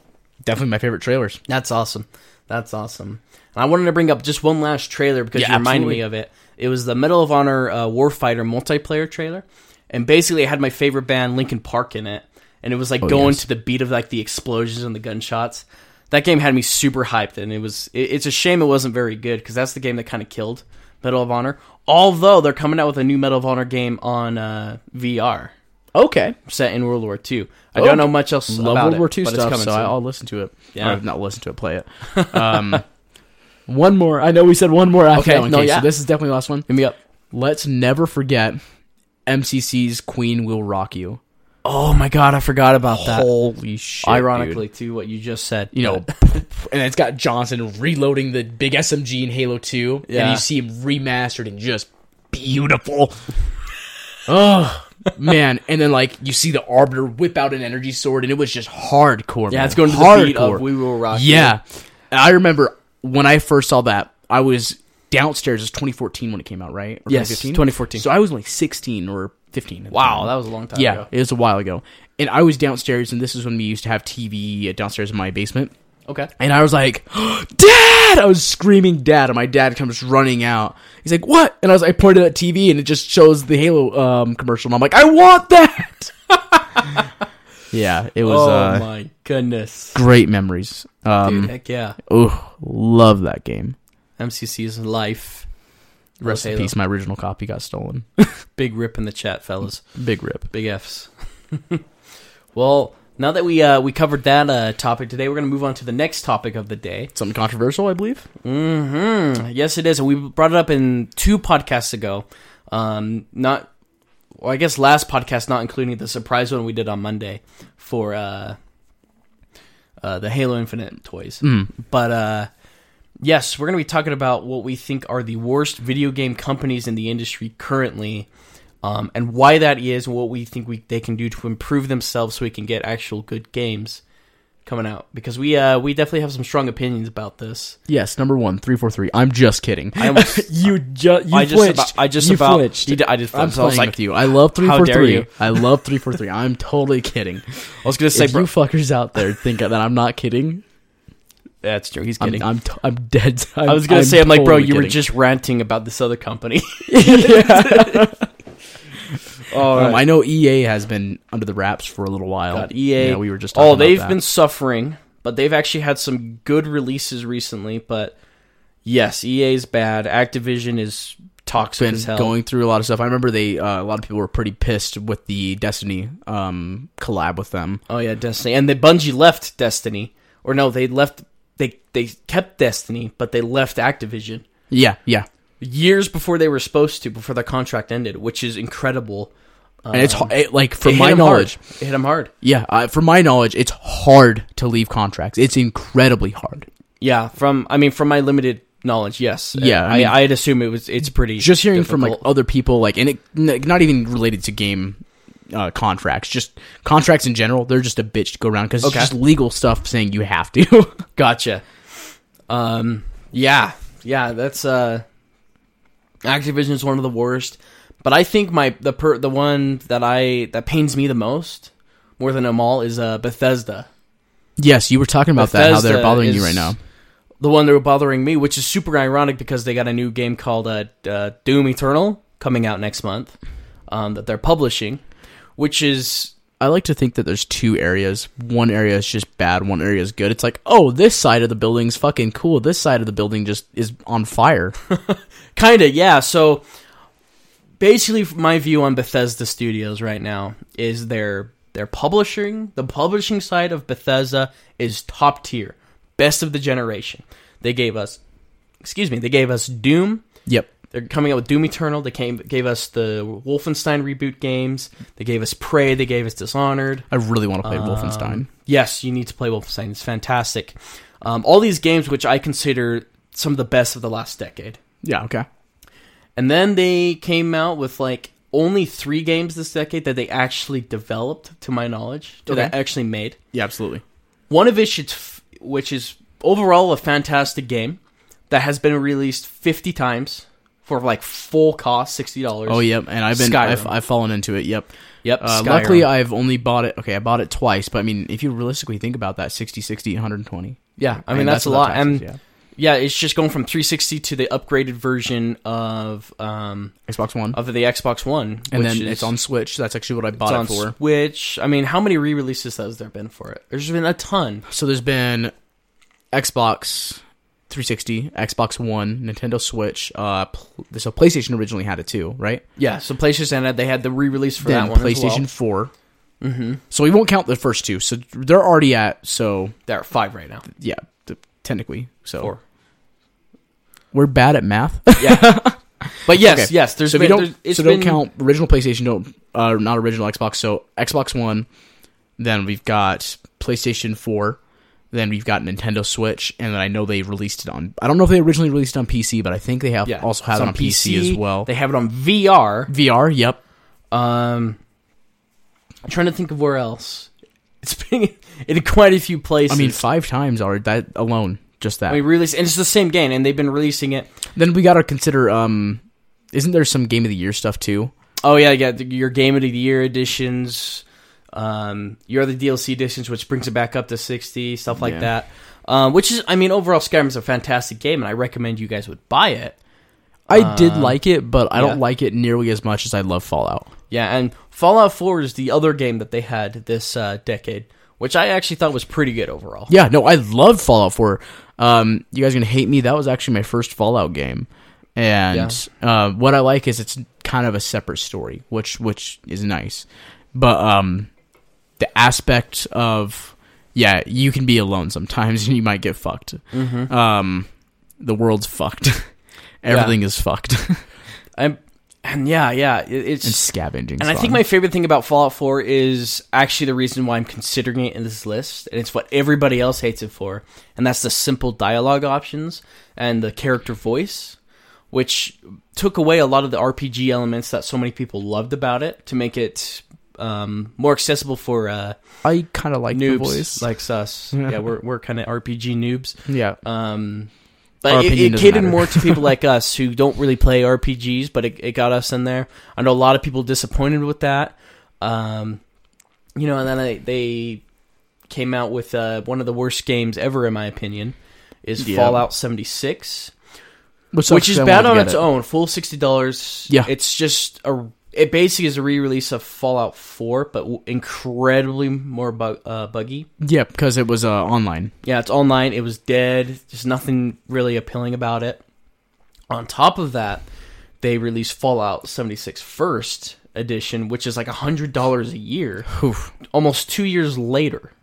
Speaker 2: definitely my favorite trailers.
Speaker 1: That's awesome. That's awesome. And I wanted to bring up just one last trailer because
Speaker 2: Yeah,
Speaker 1: you reminded
Speaker 2: absolutely.
Speaker 1: me of it. It was the Medal of Honor uh, Warfighter multiplayer trailer, and basically it had my favorite band, Linkin Park, in it, and it was like going
Speaker 2: Oh, yes.
Speaker 1: to the beat of like the explosions and the gunshots. That game had me super hyped, and it was. It, it's a shame it wasn't very good because that's the game that kind of killed Medal of Honor. Although they're coming out with a new Medal of Honor game on uh, VR,
Speaker 2: Okay,
Speaker 1: set in World War II. I
Speaker 2: Oh,
Speaker 1: don't know much else
Speaker 2: love
Speaker 1: about
Speaker 2: World
Speaker 1: it,
Speaker 2: War II
Speaker 1: but it's
Speaker 2: stuff,
Speaker 1: coming
Speaker 2: so
Speaker 1: soon.
Speaker 2: I'll listen to it.
Speaker 1: Yeah.
Speaker 2: Or not listen to it, play it. Um, one more. I know we said one more after
Speaker 1: Okay,
Speaker 2: that one.
Speaker 1: no,
Speaker 2: okay,
Speaker 1: yeah.
Speaker 2: so this is definitely the last one.
Speaker 1: hit me up.
Speaker 2: Let's never forget MCC's Queen Will Rock You.
Speaker 1: Oh my god, I forgot about that.
Speaker 2: Holy shit! dude.
Speaker 1: ironically to what you just said.
Speaker 2: you know,
Speaker 1: but-
Speaker 2: and it's got Johnson reloading the big SMG in Halo 2, and
Speaker 1: Yeah.
Speaker 2: you see him remastered and just beautiful. oh, man. And then, like, you see the Arbiter whip out an energy sword, and it was just hardcore.
Speaker 1: yeah,
Speaker 2: man.
Speaker 1: it's going to
Speaker 2: hardcore.
Speaker 1: the beat of "We Will Rock." You.
Speaker 2: Yeah. And I remember when I first saw that, I was downstairs. It was 2014 when it came out, right? Or
Speaker 1: Yes, 2014.
Speaker 2: So I was like 16 or 15. at the
Speaker 1: Wow,
Speaker 2: time.
Speaker 1: that was a long time
Speaker 2: Yeah,
Speaker 1: ago.
Speaker 2: it was a while ago. And I was downstairs, and this is when we used to have TV downstairs in my basement.
Speaker 1: Okay.
Speaker 2: And I was like, Dad! I was screaming, Dad. And my dad comes running out. He's like, What? And I was I pointed at TV, and it just shows the Halo um, commercial. And I'm like, I want that! yeah, it was
Speaker 1: Oh
Speaker 2: uh,
Speaker 1: my goodness.
Speaker 2: great memories. Um,
Speaker 1: Dude, heck yeah.
Speaker 2: oh, love that game.
Speaker 1: MCC's life.
Speaker 2: Rest in
Speaker 1: Halo.
Speaker 2: peace. My original copy got stolen.
Speaker 1: Big rip in the chat, fellas.
Speaker 2: Big rip.
Speaker 1: Big Fs. well, now that we uh, we covered that uh, topic today, we're going to move on to the next topic of the day.
Speaker 2: Something controversial, I believe.
Speaker 1: Mm-hmm. hmm Yes, it is. And we brought it up in two podcasts ago. Um, not well, I guess last podcast, not including the surprise one we did on Monday for uh, uh, the Halo Infinite toys.
Speaker 2: Mm.
Speaker 1: But uh, yes, we're going to be talking about what we think are the worst video game companies in the industry currently, um, and why that is, and what we think we they can do to improve themselves so we can get actual good games coming out. Because we uh, we definitely have some strong opinions about this.
Speaker 2: Yes, number one, three four three. I'm just kidding.
Speaker 1: I almost-
Speaker 3: You just you
Speaker 1: I just
Speaker 3: flinched.
Speaker 1: about, I just
Speaker 3: you
Speaker 1: about
Speaker 3: flinched.
Speaker 1: You did- I just
Speaker 2: I'm
Speaker 1: flinched. I was
Speaker 2: playing
Speaker 1: like,
Speaker 2: with you. I love three
Speaker 1: how
Speaker 2: four
Speaker 1: dare
Speaker 2: three.
Speaker 1: you.
Speaker 2: I love three four three. I'm totally kidding.
Speaker 1: I was gonna say,
Speaker 2: if
Speaker 1: bro,
Speaker 2: you fuckers out there think that I'm not kidding,
Speaker 1: that's true. He's
Speaker 2: I'm
Speaker 1: kidding. i
Speaker 2: I'm, t- I'm dead. i
Speaker 1: was gonna say, I'm like, bro, you were just ranting about this other company. oh,
Speaker 2: Um, I know EA has been under the wraps for a little while.
Speaker 1: God, EA.
Speaker 2: Yeah, we were just. Talking
Speaker 1: oh,
Speaker 2: about
Speaker 1: they've
Speaker 2: that.
Speaker 1: been suffering, but they've actually had some good releases recently. But yes, EA's bad. Activision is toxic
Speaker 2: been
Speaker 1: as hell.
Speaker 2: going through a lot of stuff. I remember they uh, a lot of people were pretty pissed with the Destiny um, collab with them.
Speaker 1: oh yeah, Destiny, and the Bungie left Destiny, or no, they left. They they kept Destiny, but they left Activision.
Speaker 2: Yeah, yeah,
Speaker 1: years before they were supposed to, before their contract ended, which is incredible.
Speaker 2: and it's ho- it, like
Speaker 1: It
Speaker 2: from
Speaker 1: Um, hit
Speaker 2: my
Speaker 1: 'em
Speaker 2: knowledge,
Speaker 1: hard. it hit them hard.
Speaker 2: yeah, uh, from my knowledge, it's hard to leave contracts. It's incredibly hard.
Speaker 1: Yeah, from I mean, from my limited knowledge, yes.
Speaker 2: Yeah,
Speaker 1: I,
Speaker 2: I mean-
Speaker 1: I, would assume it was. It's pretty.
Speaker 2: Just hearing from like
Speaker 1: difficult.
Speaker 2: other people, like and it n- not even related to game. Uh, contracts, just contracts in general, they're just a bitch to go around because
Speaker 1: Okay.
Speaker 2: it's just legal stuff saying you have to.
Speaker 1: gotcha. Um. Yeah. Yeah. That's uh. Activision is one of the worst, but I think my the per the one that I that pains me the most, more than them all, is uh Bethesda.
Speaker 2: yes, you were talking about that. How
Speaker 1: Bethesda
Speaker 2: they're bothering
Speaker 1: is
Speaker 2: you right now.
Speaker 1: The one that were bothering me, which is super ironic because they got a new game called uh, uh, Doom Eternal coming out next month um, that they're publishing, which is
Speaker 2: I like to think that there's two areas. One area is just bad, one area is good. It's like, oh, this side of the building's fucking cool. This side of the building just is on fire.
Speaker 1: kind of yeah. So basically, my view on Bethesda Studios right now is their their publishing, the publishing side of Bethesda is top tier, best of the generation. They gave us, excuse me, they gave us Doom,
Speaker 2: yep.
Speaker 1: They're coming out with Doom Eternal. They came, gave us the Wolfenstein reboot games. They gave us Prey. They gave us Dishonored.
Speaker 2: I really want to play
Speaker 1: Um,
Speaker 2: Wolfenstein.
Speaker 1: Yes, you need to play Wolfenstein. It's fantastic. Um, all these games, which I consider some of the best of the last decade.
Speaker 2: Yeah, okay.
Speaker 1: And then they came out with like only three games this decade that they actually developed, to my knowledge, that
Speaker 2: Okay.
Speaker 1: they actually made.
Speaker 2: Yeah, absolutely.
Speaker 1: One of which it's, which is overall a fantastic game that has been released 50 times for like full cost, $60.
Speaker 2: Oh, yep. And I've been,
Speaker 1: Skyrim.
Speaker 2: I've, I've fallen into it. Yep.
Speaker 1: Yep.
Speaker 2: Uh,
Speaker 1: Skyrim.
Speaker 2: luckily, I've only bought it. Okay, I bought it twice, but I mean, if you realistically think about that, 60, 60, 120.
Speaker 1: Yeah, I mean that's, a
Speaker 2: without
Speaker 1: lot,
Speaker 2: taxes,
Speaker 1: and yeah. it's just going from 360 to the upgraded version of um
Speaker 2: yeah. Xbox One,
Speaker 1: of the Xbox One,
Speaker 2: and
Speaker 1: which
Speaker 2: then
Speaker 1: is-
Speaker 2: it's on Switch. That's actually what I
Speaker 1: it's
Speaker 2: bought
Speaker 1: on
Speaker 2: it for.
Speaker 1: Switch. I mean, how many re-releases has there been for it? There's been a ton.
Speaker 2: So there's been Xbox 360, Xbox One, Nintendo Switch. Uh, pl- so PlayStation originally had it too, right?
Speaker 1: Yeah, so PlayStation had they had the re-release for
Speaker 2: then
Speaker 1: that one
Speaker 2: PlayStation
Speaker 1: as well.
Speaker 2: 4. Mm-hmm. So we won't count the first two. So they're already at. So
Speaker 1: They're at five right now.
Speaker 2: yeah, th- technically. So
Speaker 1: Four.
Speaker 2: we're bad at math.
Speaker 1: But yes,
Speaker 2: Okay.
Speaker 1: yes. There's
Speaker 2: so
Speaker 1: been
Speaker 2: if you
Speaker 1: there's-
Speaker 2: don't,
Speaker 1: it's
Speaker 2: so don't
Speaker 1: been-
Speaker 2: count original PlayStation, don't uh, not original Xbox. So Xbox One, then we've got PlayStation Four, then we've got Nintendo Switch, and then I know they released it on. I don't know if they originally released it on PC, but I think they have
Speaker 1: Yeah,
Speaker 2: also had
Speaker 1: it's
Speaker 2: it on PC, as well.
Speaker 1: They have it on VR.
Speaker 2: VR, yep.
Speaker 1: Um, I'm trying to think of where else. It's been in quite a few places.
Speaker 2: I mean, five times already. That alone, just that.
Speaker 1: we released, and it's the same game, and they've been releasing it
Speaker 2: then we got to consider. Um, isn't there some Game of the Year stuff too?
Speaker 1: Oh yeah, you got the- your game of the year editions, um, your other DLC editions, which brings it back up to sixty, stuff like
Speaker 2: Yeah.
Speaker 1: that. Um, which is, I mean, overall, Skyrim's a fantastic game, and I recommend you guys would buy it.
Speaker 2: I did like it, but I
Speaker 1: Uh, yeah.
Speaker 2: don't like it nearly as much as I love Fallout.
Speaker 1: Yeah, and Fallout Four is the other game that they had this uh, decade, which I actually thought was pretty good overall.
Speaker 2: Yeah, no, I love Fallout 4. Um, you guys are gonna hate me. That was actually my first Fallout game, and uh, what I like is it's kind of a separate story, which which is nice. But um, the aspect of yeah, you can be alone sometimes, and you might get fucked. Um, the world's fucked. Everything is fucked.
Speaker 1: I'm, And yeah, yeah, it- it's
Speaker 2: and scavenging.
Speaker 1: And I think
Speaker 2: spawn.
Speaker 1: my favorite thing about Fallout 4 is actually the reason why I'm considering it in this list, and it's what everybody else hates it for, and that's the simple dialogue options and the character voice, which took away a lot of the RPG elements that so many people loved about it to make it um, more accessible for uh,
Speaker 2: I kind of like
Speaker 1: noobs
Speaker 2: the voice.
Speaker 1: like us. yeah, we're we're kind of RPG noobs.
Speaker 2: yeah,
Speaker 1: Um,
Speaker 2: Our
Speaker 1: but it,
Speaker 2: opinion
Speaker 1: it
Speaker 2: doesn't
Speaker 1: catered
Speaker 2: matter.
Speaker 1: more to people like us who don't really play RPGs, but it, it got us in there. I know a lot of people disappointed with that. Um, you know, and then they, they came out with uh, one of the worst games ever, in my opinion, is
Speaker 2: Yeah.
Speaker 1: Fallout 76,
Speaker 2: which,
Speaker 1: which
Speaker 2: sucks
Speaker 1: is
Speaker 2: 'cause I
Speaker 1: bad
Speaker 2: wanted
Speaker 1: on
Speaker 2: to
Speaker 1: its
Speaker 2: get it.
Speaker 1: own. Full sixty dollars.
Speaker 2: Yeah.
Speaker 1: it's just a. It basically is a re-release of Fallout 4, but w- incredibly more bug, uh, buggy.
Speaker 2: Yeah, because it was uh, online.
Speaker 1: Yeah, it's online. It was dead. There's nothing really appealing about it. On top of that, they released Fallout 76 First Edition, which is like $100 a year,
Speaker 2: Oof.
Speaker 1: almost two years later.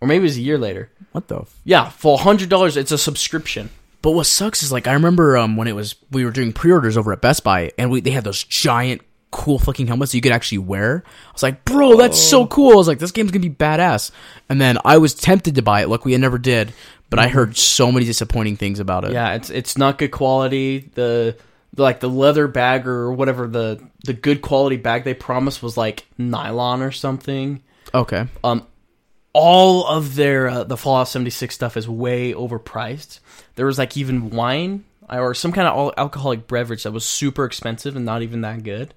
Speaker 1: Or maybe it was a year later.
Speaker 2: What the? F-
Speaker 1: Yeah, for $100, it's a subscription.
Speaker 2: but what sucks is like I remember um, when it was we were doing pre-orders over at Best Buy and we they had those giant cool fucking helmets you could actually wear. I was like, bro, that's so cool. I was like, this game's gonna be badass. And then I was tempted to buy it. Luckily, I never did. But I heard so many disappointing things about it.
Speaker 1: Yeah, it's it's not good quality. The like the leather bag or whatever the the good quality bag they promised was like nylon or something.
Speaker 2: Okay.
Speaker 1: Um, all of their uh, the Fallout 76 stuff is way overpriced. There was like even wine or some kind of al- alcoholic beverage that was super expensive and not even that good.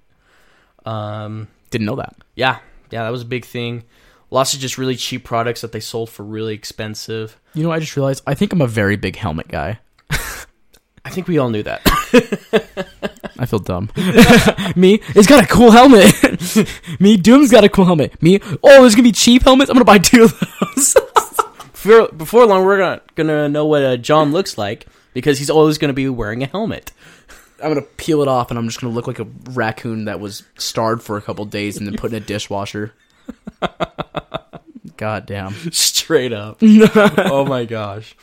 Speaker 1: Um,
Speaker 2: Didn't know that.
Speaker 1: yeah, yeah, that was a big thing. Lots of just really cheap products that they sold for really expensive.
Speaker 2: You know, I just realized I think I'm a very big helmet guy.
Speaker 1: I think we all knew that.
Speaker 2: I feel dumb. Me, it's got a cool helmet. Me, Doom's got a cool helmet. Me, oh, there's gonna be cheap helmets. I'm gonna buy two of those.
Speaker 1: before, before long, we're gonna gonna know what uh, John looks like because he's always gonna be wearing a helmet.
Speaker 2: I'm gonna peel it off, and I'm just gonna look like a raccoon that was starved for a couple days and then put in a dishwasher. God damn.
Speaker 1: straight up. oh my gosh.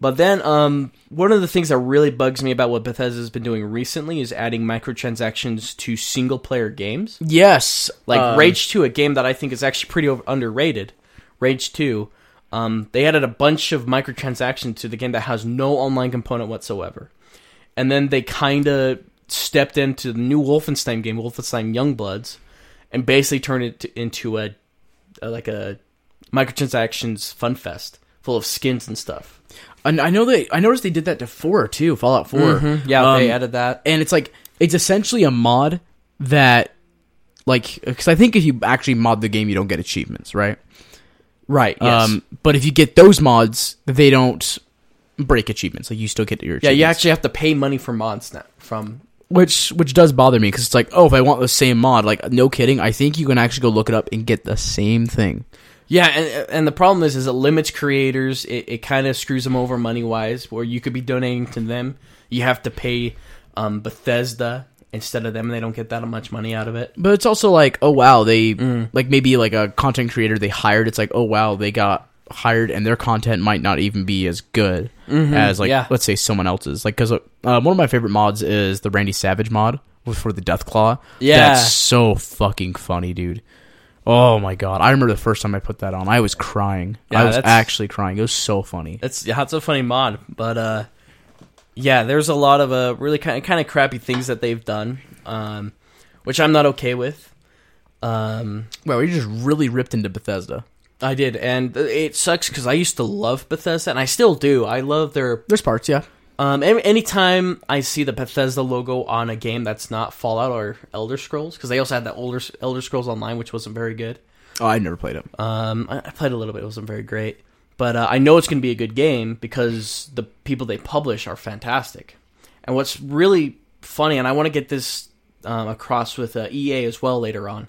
Speaker 1: But then, um, one of the things that really bugs me about what Bethesda's been doing recently is adding microtransactions to single player games.
Speaker 2: Yes,
Speaker 1: Like
Speaker 2: um,
Speaker 1: Rage 2, a game that I think is actually pretty over- underrated. Rage 2, um, they added a bunch of microtransactions to the game that has no online component whatsoever. And then they kind of stepped into the new Wolfenstein game, Wolfenstein Youngbloods, and basically turned it to, into a, a like a microtransactions fun fest full of skins and stuff.
Speaker 2: And I know they. I noticed they did that to four too, Fallout 4
Speaker 1: Mm-hmm. Yeah,
Speaker 2: Um,
Speaker 1: they added that.
Speaker 2: and it's like it's essentially a mod that, like, because I think if you actually mod the game, you don't get achievements, right?
Speaker 1: Right.
Speaker 2: Um, but if you get those mods, they don't break achievements. Like you still get your
Speaker 1: yeah,
Speaker 2: achievements.
Speaker 1: you actually have to pay money for mods now. From
Speaker 2: which which does bother me because it's like, oh, if I want the same mod, like no kidding, I think you can actually go look it up and get the same thing.
Speaker 1: Yeah, and and the problem is, is it limits creators. It, it kind of screws them over money wise, where you could be donating to them, you have to pay um, Bethesda instead of them, and they don't get that much money out of it.
Speaker 2: But it's also like, oh wow, they
Speaker 1: Mm.
Speaker 2: like maybe like a content creator they hired. It's like, oh wow, they got hired and their content might not even be as good as like
Speaker 1: Mm-hmm. yeah.
Speaker 2: let's say someone else's. Like because uh, one of my favorite mods is the Randy Savage mod was for the Death Claw.
Speaker 1: Yeah.
Speaker 2: that's so fucking funny, dude. Oh my god, I remember the first time I put that on, I was crying.
Speaker 1: Yeah,
Speaker 2: I was
Speaker 1: that's-
Speaker 2: actually crying. It was so funny.
Speaker 1: That's yeah, it's a funny mod, but uh, yeah, there's a lot of uh, really kind of, kind of crappy things that they've done, um, which I'm not okay with. Um,
Speaker 2: Wow, you just really ripped into Bethesda.
Speaker 1: I did, and it sucks because I used to love Bethesda, and I still do. I love their
Speaker 2: There's parts, yeah.
Speaker 1: Um, any, anytime I see the Bethesda logo on a game that's not Fallout or Elder Scrolls, because they also had that older Elder Scrolls Online, which wasn't very good.
Speaker 2: Oh, I never played it.
Speaker 1: Um, I, I played a little bit; it wasn't very great, but uh, I know it's going to be a good game because the people they publish are fantastic. And what's really funny, and I want to get this um, across with uh, EA as well later on,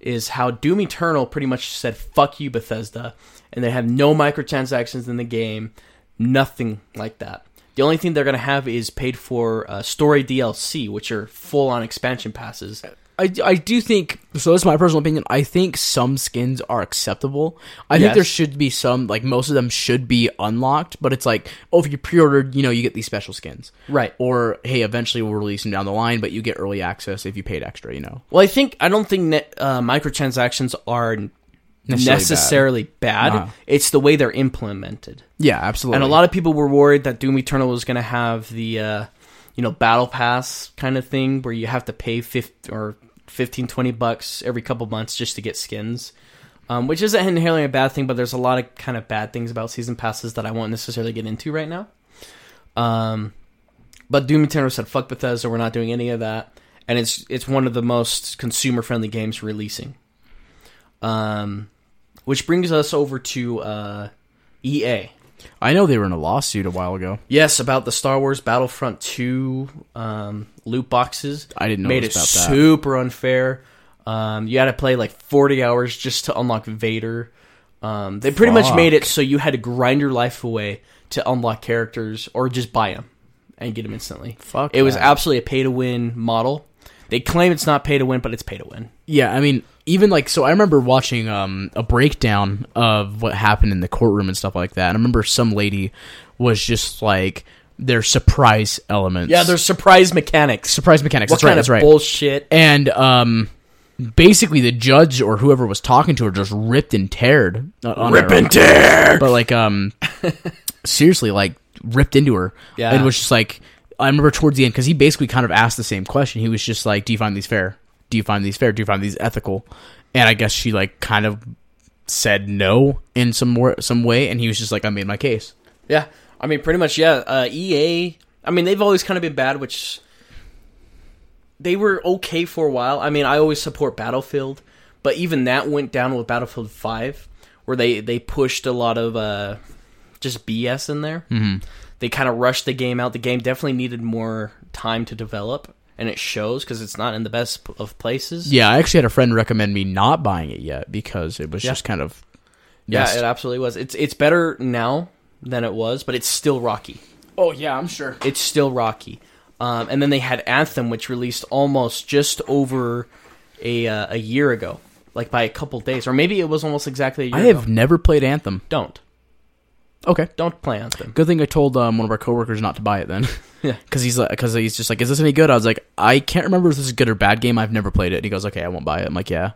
Speaker 1: is how Doom Eternal pretty much said "fuck you, Bethesda," and they have no microtransactions in the game, nothing like that. The only thing they're going to have is paid for uh, story DLC, which are full on expansion passes
Speaker 2: I, I do think so. That's my personal opinion. I think some skins are acceptable. I think
Speaker 1: Yes.
Speaker 2: there should be some like most of them should be unlocked, but it's like oh, if you pre-ordered, you know, you get these special skins,
Speaker 1: Right.
Speaker 2: Or hey, eventually we'll release them down the line, but you get early access if you paid extra, you know.
Speaker 1: Well, I think I don't think ne- uh, microtransactions are
Speaker 2: Necessarily
Speaker 1: necessarily,
Speaker 2: bad.
Speaker 1: bad.
Speaker 2: Uh-huh.
Speaker 1: It's the way they're implemented,
Speaker 2: Yeah, absolutely.
Speaker 1: and a lot of people were worried that Doom Eternal was going to have the uh, you know battle pass kind of thing where you have to pay fifty or 15, 20 bucks every couple months just to get skins. Um, which isn't inherently a bad thing, but there's a lot of kind of bad things about season passes that I won't necessarily get into right now. Um, but Doom Eternal said, "Fuck Bethesda, we're not doing any of that." And it's it's one of the most consumer friendly games releasing. Um, which brings us over to uh, EA.
Speaker 2: I know they were in a lawsuit a while ago.
Speaker 1: Yes, about the Star Wars Battlefront Two um, loot boxes.
Speaker 2: I didn't know
Speaker 1: made it
Speaker 2: about that.
Speaker 1: super unfair. Um, you had to play like forty hours just to unlock Vader. Um, they pretty much
Speaker 2: Fuck.
Speaker 1: made it so you had to grind your life away to unlock characters or just buy them and get them instantly.
Speaker 2: Fuck
Speaker 1: It was
Speaker 2: that.
Speaker 1: absolutely a pay to win model. They claim it's not pay to win, but it's pay to win.
Speaker 2: Yeah, I mean, even like so, I remember watching um, a breakdown of what happened in the courtroom and stuff like that. And I remember some lady was just like their surprise elements.
Speaker 1: Yeah, there's surprise mechanics.
Speaker 2: surprise mechanics.
Speaker 1: What
Speaker 2: that's right.
Speaker 1: kind
Speaker 2: That's
Speaker 1: of
Speaker 2: right.
Speaker 1: bullshit?
Speaker 2: and um, basically the judge or whoever was talking to her just ripped and teared. Not on her,
Speaker 1: tear.
Speaker 2: but like um, seriously, like ripped into her.
Speaker 1: Yeah.
Speaker 2: and was just like I remember towards the end because he basically kind of asked the same question. He was just like, "Do you find these fair? Do you find these fair? Do you find these ethical?" And I guess she like kind of said no in some more some way, and he was just like, "I made my case."
Speaker 1: Yeah, I mean, pretty much. Yeah, uh, EA. I mean, they've always kind of been bad, which they were okay for a while. I mean, I always support Battlefield, but even that went down with Battlefield Five, where they they pushed a lot of uh, just BS in there. Mm-hmm. They kind of rushed the game out. The game definitely needed more time to develop, and it shows because it's not in the best p- of places.
Speaker 2: Yeah, I actually had a friend recommend me not buying it yet because it was just kind of
Speaker 1: yeah, it absolutely was. It's it's better now than it was, but it's still rocky.
Speaker 2: oh yeah, I'm sure.
Speaker 1: it's still rocky. Um, and then they had Anthem, which released almost just over a uh, a year ago, like by a couple days, or maybe it was almost exactly a year
Speaker 2: I
Speaker 1: ago.
Speaker 2: have never played Anthem.
Speaker 1: Don't
Speaker 2: Okay.
Speaker 1: don't play Anthem.
Speaker 2: Good thing I told um, one of our coworkers not to buy it then.
Speaker 1: Yeah.
Speaker 2: Because he's like, because he's just like, is this any good? I was like, I can't remember if this is a good or bad game. I've never played it. And he goes, okay, I won't buy it. I'm like, yeah.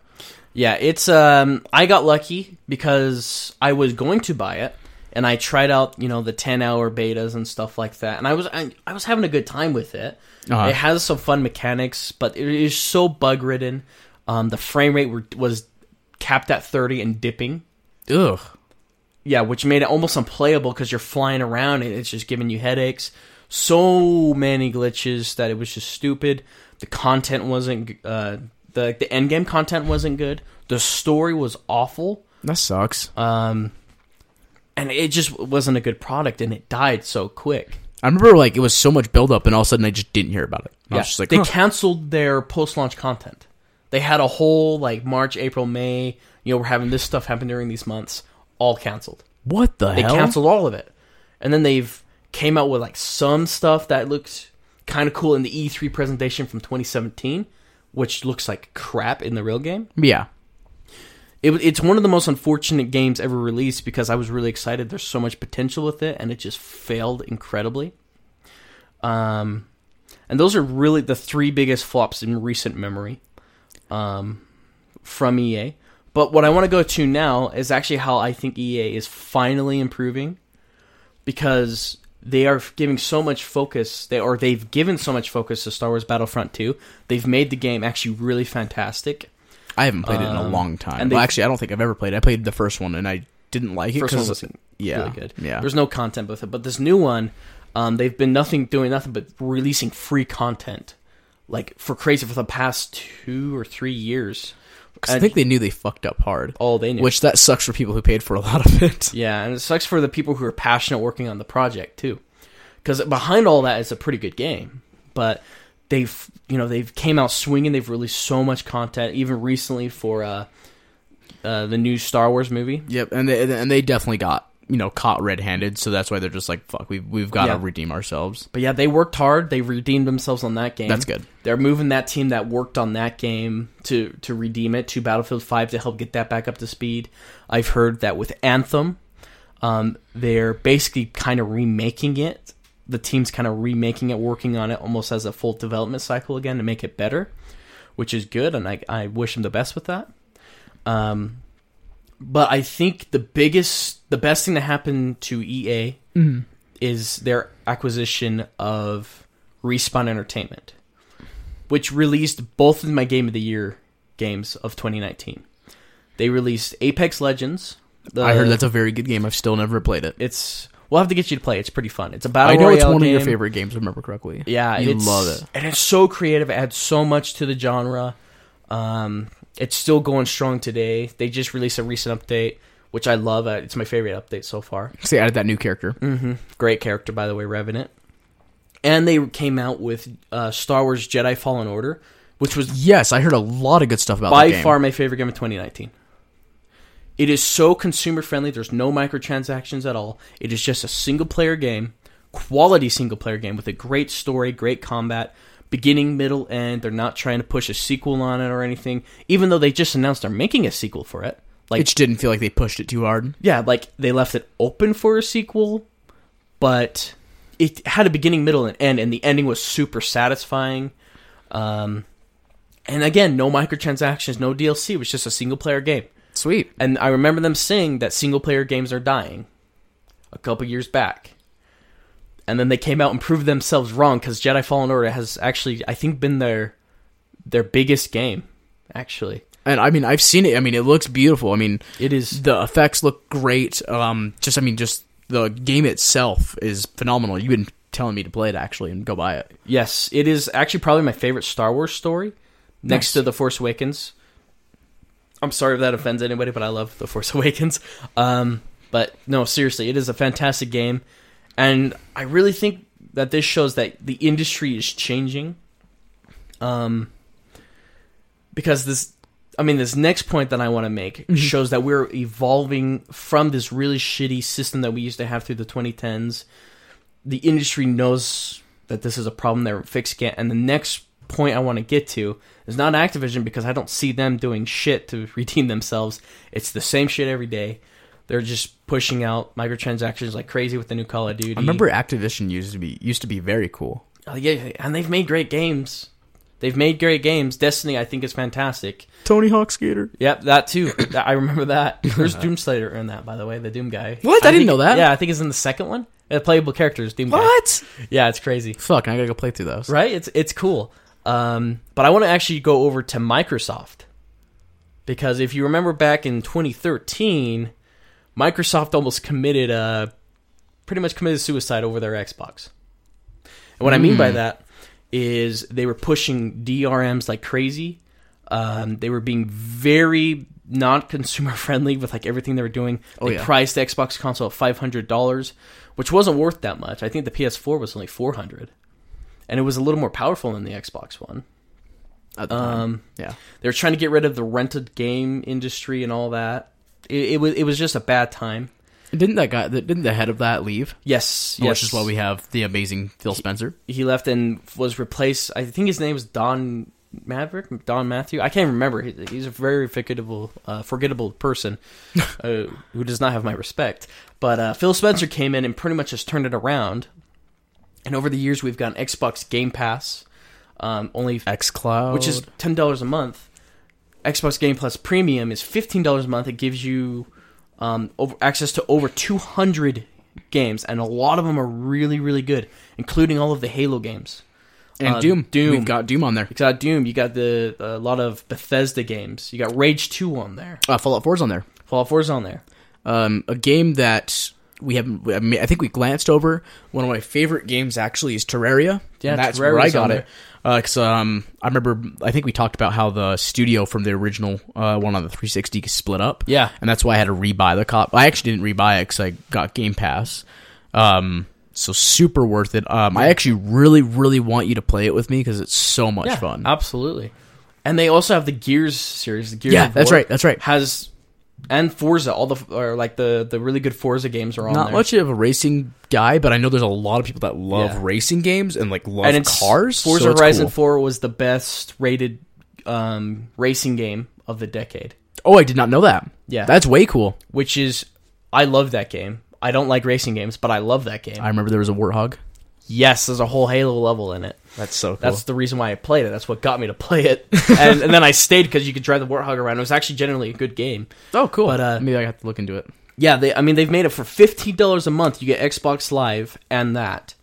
Speaker 1: Yeah, it's um I got lucky because I was going to buy it and I tried out, you know, the 10-hour betas and stuff like that. And I was I, I was having a good time with it.
Speaker 2: Uh-huh.
Speaker 1: It has some fun mechanics, but it is so bug-ridden. Um the frame rate were, was capped at 30 and dipping.
Speaker 2: Ugh.
Speaker 1: Yeah, which made it almost unplayable because you're flying around and it's just giving you headaches. So many glitches that it was just stupid. The content wasn't uh, the the end game content wasn't good. The story was awful,
Speaker 2: That sucks.
Speaker 1: um, and it just wasn't a good product. And it died so quick.
Speaker 2: I remember like it was so much buildup, and all of a sudden I just didn't hear about it. I
Speaker 1: Yeah,
Speaker 2: was just like,
Speaker 1: they
Speaker 2: huh.
Speaker 1: canceled their post launch content. They had a whole like March, April, May. You know, we're having this stuff happen during these months. All canceled.
Speaker 2: what the
Speaker 1: they
Speaker 2: hell?
Speaker 1: canceled all of it and then they've came out with like some stuff that looks kind of cool in the e3 presentation from 2017 which looks like crap in the real game
Speaker 2: Yeah.
Speaker 1: it, it's one of the most unfortunate games ever released because i was really excited there's so much potential with it and it just failed incredibly um, and those are really the three biggest flops in recent memory um, from ea but what i want to go to now is actually how i think ea is finally improving because they are giving so much focus they or they've given so much focus to Star Wars Battlefront 2. They've made the game actually really fantastic.
Speaker 2: I haven't played it in a
Speaker 1: Um,
Speaker 2: long time.
Speaker 1: and
Speaker 2: Well,
Speaker 1: they-
Speaker 2: actually, I don't think I've ever played. it. I played the first one, and I didn't like it.
Speaker 1: First one
Speaker 2: 'cause-
Speaker 1: was
Speaker 2: yeah,
Speaker 1: really good.
Speaker 2: Yeah.
Speaker 1: There's no content with it, but this new one, um, they've been nothing doing nothing but releasing free content, like for crazy for the past two or three years.
Speaker 2: 'Cause I think they knew they fucked up hard,
Speaker 1: all they knew.
Speaker 2: which that sucks for people who paid for a lot of it.
Speaker 1: yeah, and it sucks for the people who are passionate working on the project too, because behind all that is a pretty good game, but they've you know they've came out swinging. They've released so much content, even recently for uh, uh, the new Star Wars movie.
Speaker 2: Yep, and they and they definitely got you know caught red-handed, so that's why they're just like fuck. We we've got to
Speaker 1: Yeah.
Speaker 2: redeem ourselves.
Speaker 1: But yeah, they worked hard. They redeemed themselves on that game.
Speaker 2: That's good.
Speaker 1: They're moving that team that worked on that game to to redeem it to Battlefield 5 to help get that back up to speed. I've heard that with Anthem, um, they're basically kind of remaking it. The team's kind of remaking it, working on it almost as a full development cycle again to make it better, which is good, and I, I wish them the best with that. Um, but I think the biggest, the best thing that happened to EA
Speaker 2: Mm-hmm.
Speaker 1: is their acquisition of Respawn Entertainment, which released both of my Game of the Year games of 2019. They released Apex Legends. The,
Speaker 2: I heard that's a very good game. I've still never played it.
Speaker 1: It's we'll have to get you to play. it. It's pretty fun. It's a battle
Speaker 2: I know it's
Speaker 1: royale
Speaker 2: one of your
Speaker 1: game.
Speaker 2: favorite games. If I remember correctly.
Speaker 1: Yeah,
Speaker 2: You
Speaker 1: it's,
Speaker 2: love it.
Speaker 1: and it's so creative. It adds so much to the genre. Um, it's still going strong today. They just released a recent update, which I love. Uh, It's my favorite update so far.
Speaker 2: See, I added that new character.
Speaker 1: hmm Great character, by the way, Revenant. And they came out with uh, Star Wars Jedi Fallen Order, which was
Speaker 2: Yes, I heard a lot of good stuff about
Speaker 1: by
Speaker 2: that game.
Speaker 1: far my favorite game of 2019. It is so consumer friendly. There's no microtransactions at all. It is just a single player game, quality single player game with a great story, great combat, beginning, middle, end. They're not trying to push a sequel on it or anything, even though they just announced they're making a sequel for it. Like
Speaker 2: it just didn't feel like they pushed it too hard.
Speaker 1: yeah, like they left it open for a sequel, but it had a beginning, middle, and end, and the ending was super satisfying. Um, and again, no microtransactions, no DLC. It was just a single player game.
Speaker 2: Sweet.
Speaker 1: And I remember them saying that single player games are dying a couple years back. And then they came out and proved themselves wrong because Jedi Fallen Order has actually, I think, been their their biggest game. Actually,
Speaker 2: And I mean, I've seen it. I mean, it looks beautiful. I mean,
Speaker 1: it is
Speaker 2: the effects look great. Um, just I mean, just the game itself is phenomenal. You've been telling me to play it actually and go buy it.
Speaker 1: Yes, it is actually probably my favorite Star Wars story, next to The Force Awakens. I'm sorry if that offends anybody, but I love The Force Awakens. Um, but no, seriously, it is a fantastic game, and I really think that this shows that the industry is changing. Um, because this, I mean, this next point that I want to make
Speaker 2: Mm-hmm.
Speaker 1: shows that we're evolving from this really shitty system that we used to have through the 2010s the industry knows that this is a problem they're fixing it and the next point i want to get to is not activision because i don't see them doing shit to redeem themselves it's the same shit every day they're just pushing out microtransactions like crazy with the new call of duty
Speaker 2: I remember Activision used to be used to be very cool.
Speaker 1: oh, yeah and they've made great games they've made great games destiny i think is fantastic
Speaker 2: Tony Hawk Skater.
Speaker 1: Yep, that too. That- I remember that. There's Doomslayer in that, by the way, the Doom guy.
Speaker 2: What? I didn't
Speaker 1: think-
Speaker 2: know that.
Speaker 1: Yeah, I think it's in the second one. A playable character is Doom guy.
Speaker 2: What?
Speaker 1: Yeah, it's crazy.
Speaker 2: Fuck! I gotta go play through those.
Speaker 1: Right? It's it's cool. Um, but I want to actually go over to Microsoft because if you remember back in 2013, Microsoft almost committed a pretty much committed suicide over their Xbox. And what I mean
Speaker 2: Hmm.
Speaker 1: by that is they were pushing DRMs like crazy. Um, they were being very not consumer friendly with like everything they were doing. They
Speaker 2: Oh, yeah.
Speaker 1: priced the Xbox console at five hundred dollars, which wasn't worth that much. I think the PS4 was only four hundred, and it was a little more powerful than the Xbox One.
Speaker 2: At the time.
Speaker 1: Um,
Speaker 2: yeah.
Speaker 1: they were trying to get rid of the rented game industry and all that. It, it was it was just a bad time.
Speaker 2: Didn't that guy? Didn't the head of that leave?
Speaker 1: Yes, yes.
Speaker 2: Oh, Which is why we have the amazing Phil Spencer.
Speaker 1: he left and was replaced. I think his name was Don Maverick, Don Matthew. I can't remember. He- He's a very forgettable, uh, forgettable person uh, who does not have my respect. But uh, Phil Spencer came in and pretty much just turned it around. And over the years, we've gotten Xbox Game Pass, um, only
Speaker 2: X Cloud.
Speaker 1: which is ten dollars a month. Xbox Game Plus Premium is fifteen dollars a month. It gives you um, over, access to over two hundred games, and a lot of them are really, really good, including all of the Halo games.
Speaker 2: and
Speaker 1: uh,
Speaker 2: Doom.
Speaker 1: Doom.
Speaker 2: We've got Doom on there.
Speaker 1: You got Doom, you got the a lot of Bethesda games. You got Rage Two on there,
Speaker 2: Uh, Fallout 4's on there.
Speaker 1: Fallout 4's on there.
Speaker 2: um, a game that we haven't. I, mean, I think we glanced over. One of my favorite games actually is Terraria.
Speaker 1: Yeah,
Speaker 2: And that's
Speaker 1: Terraria's
Speaker 2: where I got
Speaker 1: on
Speaker 2: it. Because um, I remember, I think we talked about how the studio from the original uh, one on the 360 split up.
Speaker 1: Yeah.
Speaker 2: and that's why I had to rebuy the cop. I actually didn't rebuy it because I got Game Pass. Um, so super worth it. Um, I actually really, really want you to play it with me because it's so much fun.
Speaker 1: absolutely. And they also have the Gears series. The Gears
Speaker 2: yeah,
Speaker 1: of
Speaker 2: that's
Speaker 1: War
Speaker 2: right. That's right.
Speaker 1: Has and Forza. All the or like the the really good Forza games are on
Speaker 2: Not
Speaker 1: there.
Speaker 2: much of a racing guy, but I know there's a lot of people that love
Speaker 1: Yeah.
Speaker 2: racing games and like love
Speaker 1: and it's
Speaker 2: cars.
Speaker 1: Forza
Speaker 2: so it's
Speaker 1: Horizon
Speaker 2: cool.
Speaker 1: Four was the best rated um, racing game of the decade,
Speaker 2: Oh, I did not know that.
Speaker 1: Yeah.
Speaker 2: that's way cool.
Speaker 1: which is I love that game. I don't like racing games, but I love that game.
Speaker 2: I remember there was a warthog.
Speaker 1: yes, there's a whole Halo level in it.
Speaker 2: That's so cool.
Speaker 1: That's the reason why I played it. That's what got me to play it, and, and then I stayed because you could drive the Warthog around. It was actually generally a good game.
Speaker 2: oh, cool.
Speaker 1: But, uh,
Speaker 2: maybe I have to look into it.
Speaker 1: Yeah, they. I mean, they've made it for fifteen dollars a month. You get Xbox Live and that,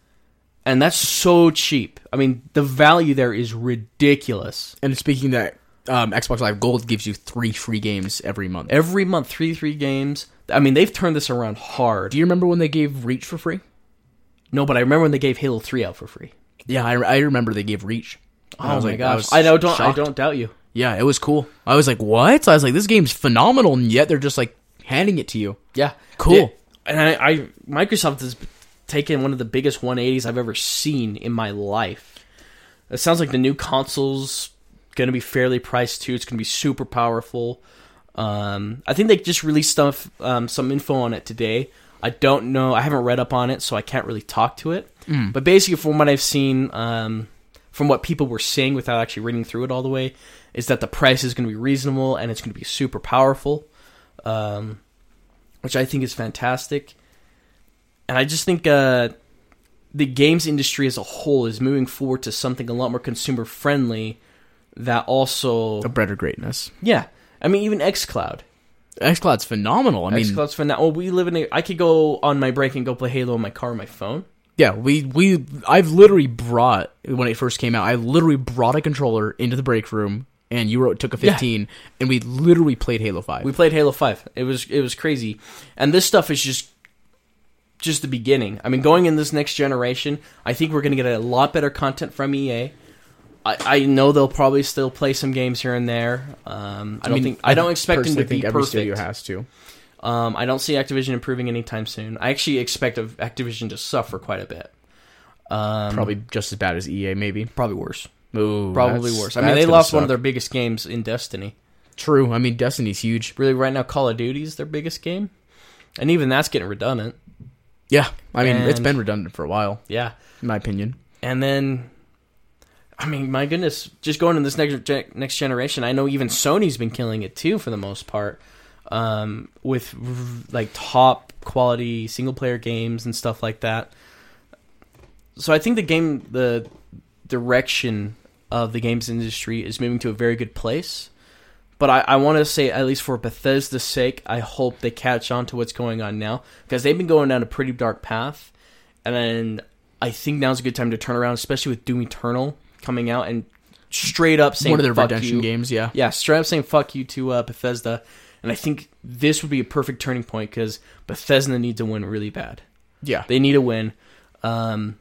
Speaker 1: and that's so cheap. I mean, the value there is ridiculous.
Speaker 2: And speaking of that, um, Xbox Live Gold gives you three free games every month.
Speaker 1: Every month, three three games. I mean, they've turned this around hard.
Speaker 2: Do you remember when they gave Reach for free?
Speaker 1: No, but I remember when they gave Halo Three out for free.
Speaker 2: Yeah, I, I remember they gave Reach. And
Speaker 1: Oh
Speaker 2: was
Speaker 1: my
Speaker 2: like-
Speaker 1: gosh!
Speaker 2: was
Speaker 1: I, know, don't.
Speaker 2: shocked.
Speaker 1: I don't doubt you.
Speaker 2: Yeah, it was cool. I was like, what? I was like, this game's phenomenal, and yet they're just like handing it to you.
Speaker 1: Yeah,
Speaker 2: Cool.
Speaker 1: Yeah, and I, I, Microsoft has taken one of the biggest 180s I've ever seen in my life. It sounds like the new console's going to be fairly priced too. It's going to be super powerful. Um, I think they just released stuff, um, some info on it today. I don't know. I haven't read up on it, so I can't really talk to it. But basically, from what I've seen, um, from what people were saying without actually reading through it all the way, is that the price is going to be reasonable and it's going to be super powerful. Um, which I think is fantastic. And I just think uh, the games industry as a whole is moving forward to something a lot more consumer friendly. That also,
Speaker 2: A bread of greatness.
Speaker 1: yeah, I mean, even XCloud,
Speaker 2: XCloud's phenomenal. I mean,
Speaker 1: XCloud's for now. Well, we live in a. I could go on my break and go play Halo on my car, on my phone.
Speaker 2: yeah, we we I've literally brought when it first came out. I literally brought a controller into the break room, and you wrote took a
Speaker 1: Yeah.
Speaker 2: fifteen, and we literally played Halo Five.
Speaker 1: We played Halo Five. It was it was crazy, and this stuff is just just the beginning. I mean, going in this next generation, I think we're going to get a lot better content from EA. I, I know they'll probably still play some games here and there. Um, I don't
Speaker 2: mean,
Speaker 1: think I don't expect them to
Speaker 2: personally
Speaker 1: be
Speaker 2: think every studio
Speaker 1: perfect.
Speaker 2: has to.
Speaker 1: Um, I don't see Activision improving anytime soon. I actually expect of- Activision to suffer quite a bit. Um,
Speaker 2: Probably just as bad as EA, maybe.
Speaker 1: probably worse.
Speaker 2: Ooh,
Speaker 1: Probably
Speaker 2: that's-
Speaker 1: worse. I mean,
Speaker 2: that's
Speaker 1: they
Speaker 2: gonna
Speaker 1: lost one of
Speaker 2: suck.
Speaker 1: their biggest games in Destiny.
Speaker 2: True. I mean, Destiny's huge.
Speaker 1: Really, right now, Call of Duty is their biggest game, and even that's getting redundant.
Speaker 2: Yeah, I mean, it's
Speaker 1: And-
Speaker 2: been redundant for a while,
Speaker 1: Yeah.
Speaker 2: in my opinion.
Speaker 1: and then I mean, my goodness, just going to this next gen- next generation. I know even Sony's been killing it too for the most part um, with v- like top quality single player games and stuff like that. So I think the game the direction of the games industry is moving to a very good place. But I, I want to say, at least for Bethesda's sake, I hope they catch on to what's going on now because they've been going down a pretty dark path. And then I think now's a good time to turn around, especially with Doom Eternal coming out and straight up saying
Speaker 2: One of their
Speaker 1: "Fuck
Speaker 2: redemption
Speaker 1: you."
Speaker 2: games, yeah.
Speaker 1: Yeah, straight up saying "fuck you" to uh, Bethesda, and I think this would be a perfect turning point because Bethesda needs a win really bad.
Speaker 2: Yeah.
Speaker 1: They need a win, um,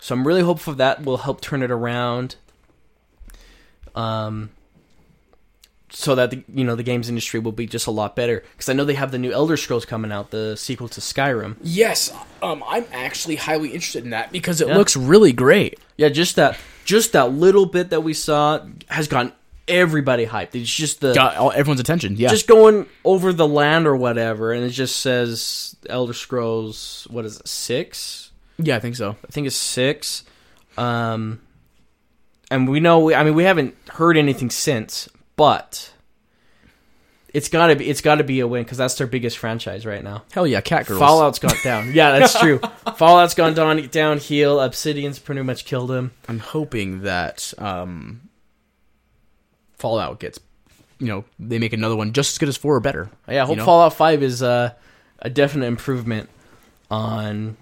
Speaker 1: so I'm really hopeful that will help turn it around. Um, so that the, you know the games industry will be just a lot better because I know they have the new Elder Scrolls coming out, the sequel to Skyrim.
Speaker 2: Yes, um, I'm actually highly interested in that because it
Speaker 1: Yeah.
Speaker 2: looks really great.
Speaker 1: Yeah, just that, just that little bit that we saw has gotten everybody hyped. It's just the
Speaker 2: Got all, everyone's attention. Yeah.
Speaker 1: just going over the land or whatever, and it just says Elder Scrolls. What is it? Six?
Speaker 2: yeah, I think so.
Speaker 1: I think it's six. Um, and we know. We, I mean, we haven't heard anything since, but it's gotta be. It's gotta be a win because that's their biggest franchise right now.
Speaker 2: Hell yeah, cat girls.
Speaker 1: Fallout's gone down. Yeah, that's true. Fallout's gone down downhill. Obsidian's pretty much killed him.
Speaker 2: I'm hoping that um, Fallout gets, you know, they make another one just as good as four or better.
Speaker 1: Yeah, I hope
Speaker 2: You know?
Speaker 1: Fallout Five is uh, a definite improvement on,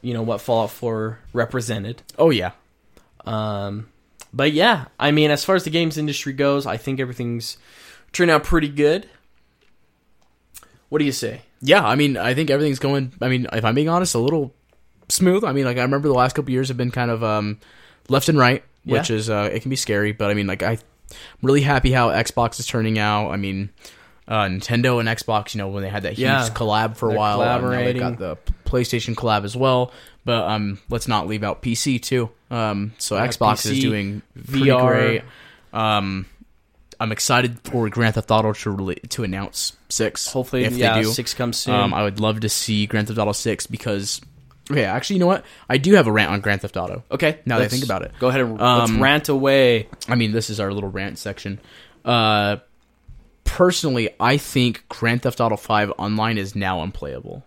Speaker 1: you know, what Fallout Four represented.
Speaker 2: Oh yeah,
Speaker 1: Um, but yeah, I mean, as far as the games industry goes, I think everything's turned out pretty good. What do you say?
Speaker 2: yeah. I mean, I think everything's going. I mean, if I'm being honest, a little smooth. I mean, like I remember the last couple years have been kind of um, left and right, which
Speaker 1: Yeah.
Speaker 2: is uh, it can be scary. But I mean, like I, I'm really happy how Xbox is turning out. I mean, uh, Nintendo and Xbox, you know, when they had that huge
Speaker 1: Yeah.
Speaker 2: collab for a
Speaker 1: They're
Speaker 2: while, and now they've
Speaker 1: collaborating.
Speaker 2: got the PlayStation collab as well. But um, let's not leave out PC too. Um, so
Speaker 1: Yeah,
Speaker 2: Xbox
Speaker 1: PC,
Speaker 2: is doing pretty
Speaker 1: VR.
Speaker 2: great. Um, I'm excited for Grand Theft Auto to rela- to announce six.
Speaker 1: Hopefully, yeah, six comes soon.
Speaker 2: Um, I would love to see Grand Theft Auto six because okay, actually, you know what? I do have a rant on Grand Theft Auto.
Speaker 1: okay,
Speaker 2: now that I
Speaker 1: let's
Speaker 2: think about it.
Speaker 1: Go ahead and let's
Speaker 2: Um,
Speaker 1: rant away.
Speaker 2: I mean, this is our little rant section. Uh, personally, I think Grand Theft Auto Five Online is now unplayable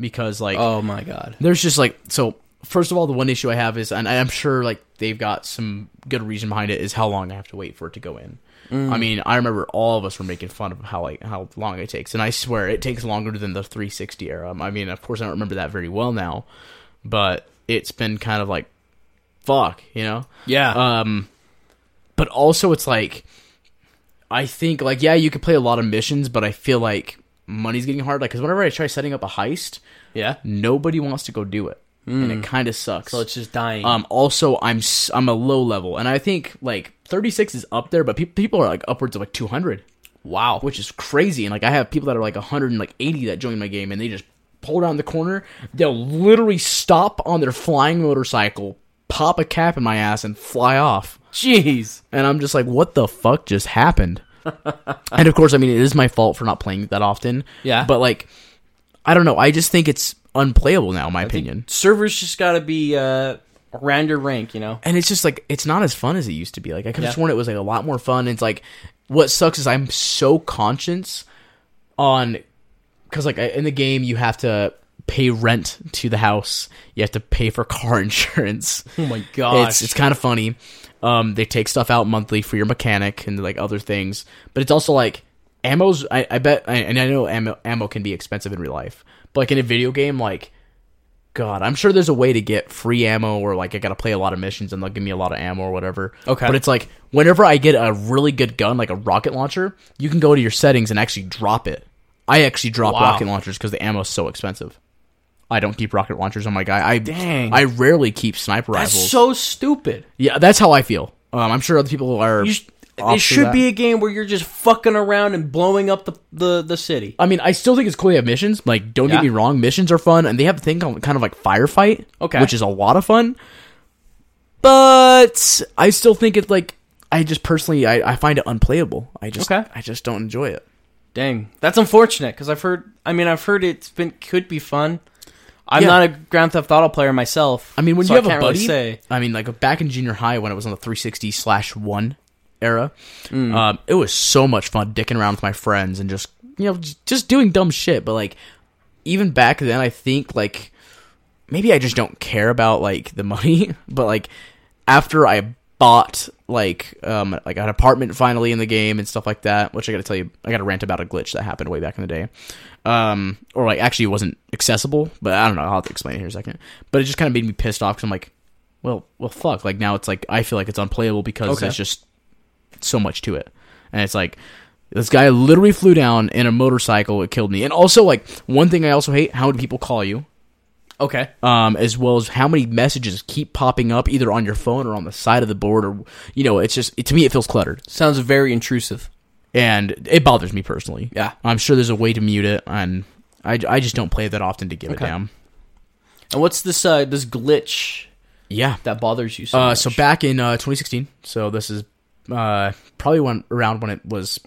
Speaker 2: because like
Speaker 1: Oh my god.
Speaker 2: there's just like so. First of all, the one issue I have is, and I'm sure like they've got some good reason behind it, is how long I have to wait for it to go in. I mean, I remember all of us were making fun of how like how long it takes, and I swear it takes longer than the 360 era. Um, I mean, of course, I don't remember that very well now, but it's been kind of like, fuck, you know.
Speaker 1: Yeah.
Speaker 2: Um, but also it's like, I think like yeah, you could play a lot of missions, but I feel like money's getting hard. Like, because whenever I try setting up a heist,
Speaker 1: yeah.
Speaker 2: nobody wants to go do it, and it kind of sucks.
Speaker 1: Hmm. So it's just dying.
Speaker 2: um, also, I'm s- I'm a low level, and I think like 36 is up there, but peop people are like upwards of like 200,
Speaker 1: wow.
Speaker 2: which is crazy. And like I have people that are like 180 that join my game, and they just pull around the corner. They'll literally stop on their flying motorcycle, pop a cap in my ass, and fly off.
Speaker 1: Jeez.
Speaker 2: And I'm just like, what the fuck just happened? and of course, I mean, it is my fault for not playing that often.
Speaker 1: Yeah.
Speaker 2: But like, I don't know. I just think it's unplayable now, in my opinion.
Speaker 1: Servers just got to be uh, around your rank, you know.
Speaker 2: and it's just like it's not as fun as it used to be. Like I could have
Speaker 1: Yeah.
Speaker 2: sworn it was like a lot more fun. It's like what sucks is I'm so conscious on because like in the game you have to pay rent to the house, you have to pay for car insurance.
Speaker 1: Oh my gosh.
Speaker 2: It's it's kind of funny. Um, they take stuff out monthly for your mechanic and like other things, but it's also like ammo's. I, I bet, I, and I know ammo, ammo can be expensive in real life, but like in a video game, like God, I'm sure there's a way to get free ammo or like I gotta play a lot of missions and they'll give me a lot of ammo or whatever.
Speaker 1: Okay.
Speaker 2: but it's like whenever I get a really good gun, like a rocket launcher, you can go to your settings and actually drop it. I actually drop
Speaker 1: Wow.
Speaker 2: rocket launchers because the ammo's so expensive. I don't keep rocket launchers on my guy. I
Speaker 1: Dang.
Speaker 2: I rarely keep sniper
Speaker 1: That's
Speaker 2: rifles.
Speaker 1: so stupid.
Speaker 2: Yeah, that's how I feel. Um, I'm sure other people are.
Speaker 1: You sh-
Speaker 2: off
Speaker 1: it
Speaker 2: to
Speaker 1: should
Speaker 2: that.
Speaker 1: be a game where you're just fucking around and blowing up the the, the city.
Speaker 2: I mean, I still think it's cool they have missions. Like, don't
Speaker 1: Yeah.
Speaker 2: get me wrong, missions are fun, and they have a thing called kind of like firefight,
Speaker 1: Okay.
Speaker 2: which is a lot of fun. But I still think it like I just personally I, I find it unplayable. I just
Speaker 1: Okay.
Speaker 2: I just don't enjoy it.
Speaker 1: Dang, that's unfortunate because I've heard. I mean, I've heard it's been could be fun. I'm
Speaker 2: Yeah.
Speaker 1: not a Grand Theft Auto player myself.
Speaker 2: I mean, when
Speaker 1: so
Speaker 2: you have a
Speaker 1: can't
Speaker 2: buddy,
Speaker 1: really say
Speaker 2: I mean, like back in junior high when it was on the 360 slash one era, um, it was so much fun dicking around with my friends and just you know j- just doing dumb shit. But like even back then, I think like maybe I just don't care about like the money. But like after I bought like um like an apartment finally in the game and stuff like that, which I got to tell you, I got to rant about a glitch that happened way back in the day. Um, or like actually it wasn't accessible, but I don't know. I'll have to explain it here in a second. But it just kind of made me pissed off because I'm like, well, well, fuck. Like now it's like I feel like it's unplayable because
Speaker 1: Okay.
Speaker 2: there's just so much to it, and it's like this guy literally flew down in a motorcycle. It killed me. And also like one thing I also hate: how many people call you?
Speaker 1: okay.
Speaker 2: um, as well as how many messages keep popping up either on your phone or on the side of the board or you know it's just it, to me it feels cluttered
Speaker 1: Sounds very intrusive.
Speaker 2: and it bothers me personally
Speaker 1: Yeah.
Speaker 2: i'm sure there's a way to mute it and i, I just don't play it that often to give
Speaker 1: Okay.
Speaker 2: a damn
Speaker 1: And what's this uh, this glitch
Speaker 2: yeah
Speaker 1: that bothers you so
Speaker 2: uh,
Speaker 1: much?
Speaker 2: so back in uh, 2016 so this is uh, probably when around when it was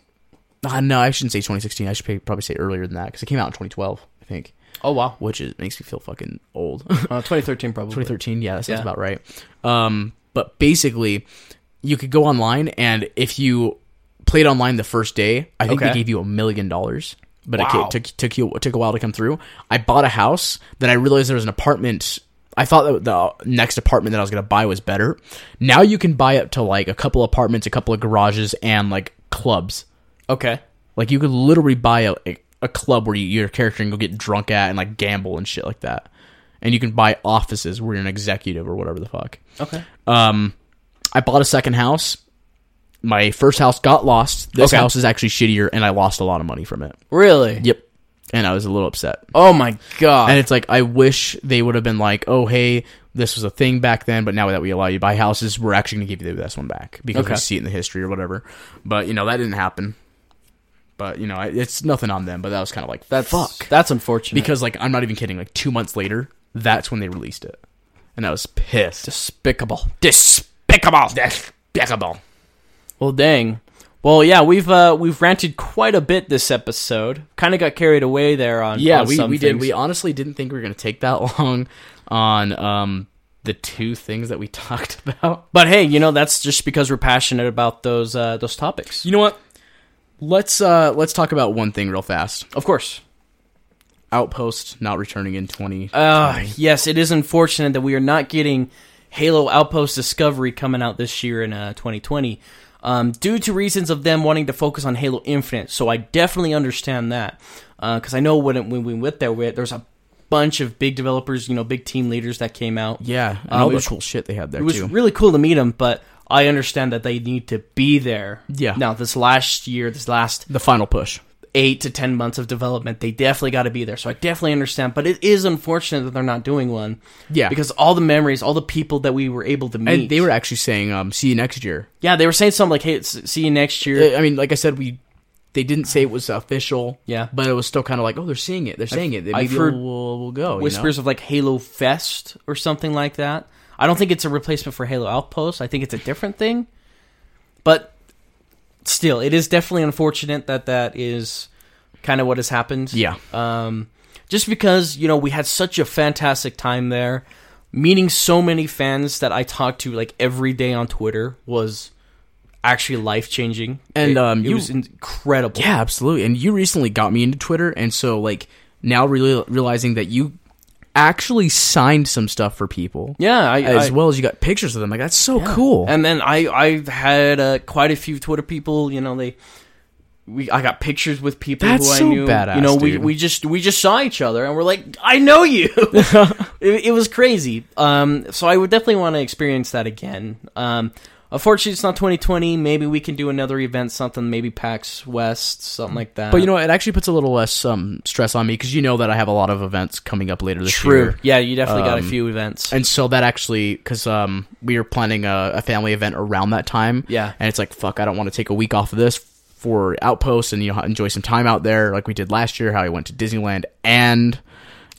Speaker 2: uh, no i shouldn't say 2016 i should pay- probably say earlier than that because it came out in 2012 i think
Speaker 1: oh wow,
Speaker 2: which is makes me feel fucking old
Speaker 1: uh, 2013 probably.
Speaker 2: 2013 yeah that sounds
Speaker 1: Yeah.
Speaker 2: about right um, but basically you could go online and if you played online the first day i think they
Speaker 1: Okay.
Speaker 2: gave you a million dollars but it
Speaker 1: Wow.
Speaker 2: ca- took took you took a while to come through i bought a house then i realized there was an apartment i thought that the next apartment that i was going to buy was better now you can buy up to like a couple apartments a couple of garages and like clubs
Speaker 1: Okay.
Speaker 2: like you could literally buy a, a, a club where you, your character can go get drunk at and like gamble and shit like that. And you can buy offices where you're an executive or whatever the fuck.
Speaker 1: Okay.
Speaker 2: Um, I bought a second house. My first house got lost. This
Speaker 1: Okay.
Speaker 2: house is actually shittier, and I lost a lot of money from it.
Speaker 1: Really?
Speaker 2: Yep. And I was a little upset.
Speaker 1: Oh my god.
Speaker 2: And it's like I wish they would have been like, "Oh, hey, this was a thing back then, but now that we allow you to buy houses, we're actually going to give you this one back because
Speaker 1: Okay.
Speaker 2: we see it in the history or whatever." But you know that didn't happen. But you know I- it's nothing on them. But that was kind of like
Speaker 1: that's
Speaker 2: fuck
Speaker 1: That's unfortunate.
Speaker 2: because like I'm not even kidding. Like two months later, that's when they released it, and I was pissed.
Speaker 1: despicable.
Speaker 2: Despicable. Despicable.
Speaker 1: Well, dang. Well, yeah, we've uh, we've ranted quite a bit this episode. Kind of got carried away there on
Speaker 2: Yeah,
Speaker 1: on
Speaker 2: we,
Speaker 1: some
Speaker 2: we did.
Speaker 1: things.
Speaker 2: We honestly didn't think we were going to take that long on um, the two things that we talked about.
Speaker 1: But hey, you know that's just because we're passionate about those uh, those topics.
Speaker 2: You know what? Let's uh, let's talk about one thing real fast.
Speaker 1: Of course.
Speaker 2: Outpost not returning in twenty.
Speaker 1: Uh, yes, it is unfortunate that we are not getting Halo Outpost Discovery coming out this year in uh, 2020 um, due to reasons of them wanting to focus on Halo Infinite. So I definitely understand that because I know when, it, when we went there, we, there was a bunch of big developers, you know, big team leaders that came out.
Speaker 2: yeah, and
Speaker 1: Uh,
Speaker 2: all
Speaker 1: it
Speaker 2: the
Speaker 1: was-
Speaker 2: cool shit they had there
Speaker 1: It was
Speaker 2: too.
Speaker 1: really cool to meet them, but I understand that they need to be there.
Speaker 2: Yeah.
Speaker 1: Now, this last year, this last
Speaker 2: the final push.
Speaker 1: eight to ten months of development, they definitely got to be there. So I definitely understand, but it is unfortunate that they're not doing one.
Speaker 2: Yeah, because
Speaker 1: because all the memories, all the people that we were able to meet,
Speaker 2: and they were actually saying, um, "See you next year." Uh,
Speaker 1: yeah, they were saying something like, "Hey, s- see you next year."
Speaker 2: I I mean, like I said, we they didn't say it was official.
Speaker 1: Yeah.
Speaker 2: but it was still kind of like, "Oh, they're seeing it. They're saying it. Maybe
Speaker 1: I've heard
Speaker 2: we'll, we'll, we'll go." you know?
Speaker 1: Whispers of like Halo Fest or something like that. I don't think it's a replacement for Halo Outpost. I think it's a different thing, but still, it is definitely unfortunate that that is kind of what has happened.
Speaker 2: Yeah.
Speaker 1: um, just because you know we had such a fantastic time there meeting so many fans that i talked to like every day on twitter was actually life changing
Speaker 2: And,
Speaker 1: it,
Speaker 2: um,
Speaker 1: it
Speaker 2: you-
Speaker 1: was incredible
Speaker 2: Yeah, absolutely. And you recently got me into Twitter, and so like now really realizing that you actually signed some stuff for people.
Speaker 1: yeah i,
Speaker 2: As
Speaker 1: I-
Speaker 2: well as you got pictures of them, like that's so cool.
Speaker 1: and then i i've had uh, quite a few twitter people you know they we, I got pictures with people
Speaker 2: That's
Speaker 1: who I
Speaker 2: so
Speaker 1: knew.
Speaker 2: badass,
Speaker 1: you know, we,
Speaker 2: dude.
Speaker 1: we just we just saw each other and we're like, I know you. it, it was crazy. Um, so I would definitely want to experience that again. Um, unfortunately, it's not 2020. Maybe we can do another event, something maybe PAX West, something like that.
Speaker 2: but you know, what? it actually puts a little less um, stress on me because you know that I have a lot of events coming up later this
Speaker 1: true.
Speaker 2: year.
Speaker 1: Yeah, you definitely got a
Speaker 2: Um,
Speaker 1: few events.
Speaker 2: And so that actually, because um, we were planning a, a family event around that time.
Speaker 1: Yeah.
Speaker 2: And it's like, fuck, I don't want to take a week off of this for Outpost and, you know, enjoy some time out there like we did last year, how I went to Disneyland and,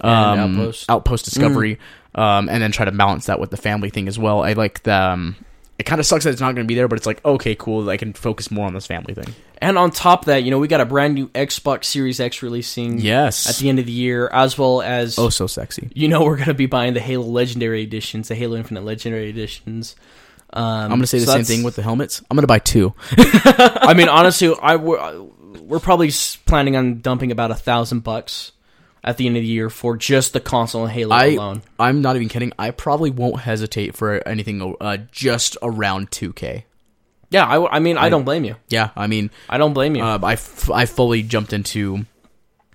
Speaker 2: um,
Speaker 1: Outpost. Mm.
Speaker 2: Discovery. Um, and then try to balance that with the family thing as well. I like the. Um, it kind of sucks that it's not going to be there, but it's like, okay, cool. I can focus more on this family thing.
Speaker 1: And on top of that, you know, we got a brand new Xbox Series X releasing
Speaker 2: Yes.
Speaker 1: at the end of the year, as well as
Speaker 2: oh, so sexy.
Speaker 1: you know we're gonna be buying the Halo Legendary editions, the Halo Infinite Legendary editions. Um,
Speaker 2: I'm going to say the same thing with the helmets. I'm going to buy two.
Speaker 1: I mean, honestly, I we're, we're probably s- planning on dumping about a thousand bucks at the end of the year for just the console and Halo
Speaker 2: I,
Speaker 1: alone.
Speaker 2: I'm not even kidding. I probably won't hesitate for anything uh, just around 2K.
Speaker 1: Yeah, I, w- I mean, I, don't blame you.
Speaker 2: Yeah, I mean,
Speaker 1: I don't blame you.
Speaker 2: uh, I, f- I fully jumped into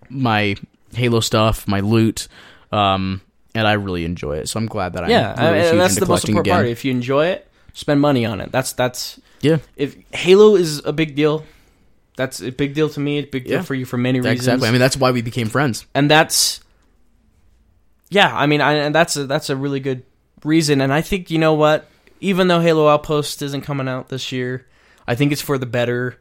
Speaker 2: my Halo stuff, my loot, um, and I really enjoy it. So I'm glad that I'm
Speaker 1: yeah, I-
Speaker 2: really huge
Speaker 1: and that's
Speaker 2: into
Speaker 1: the most
Speaker 2: collecting
Speaker 1: important
Speaker 2: again.
Speaker 1: part. If you enjoy it, spend money on it. That's that's
Speaker 2: Yeah,
Speaker 1: if Halo is a big deal. That's a big deal to me. It's a big deal
Speaker 2: Yeah.
Speaker 1: for you for many reasons.
Speaker 2: exactly. I mean, that's why we became friends.
Speaker 1: and that's yeah i mean I, and that's a, that's a really good reason and i think you know what even though halo outpost isn't coming out this year i think it's for the better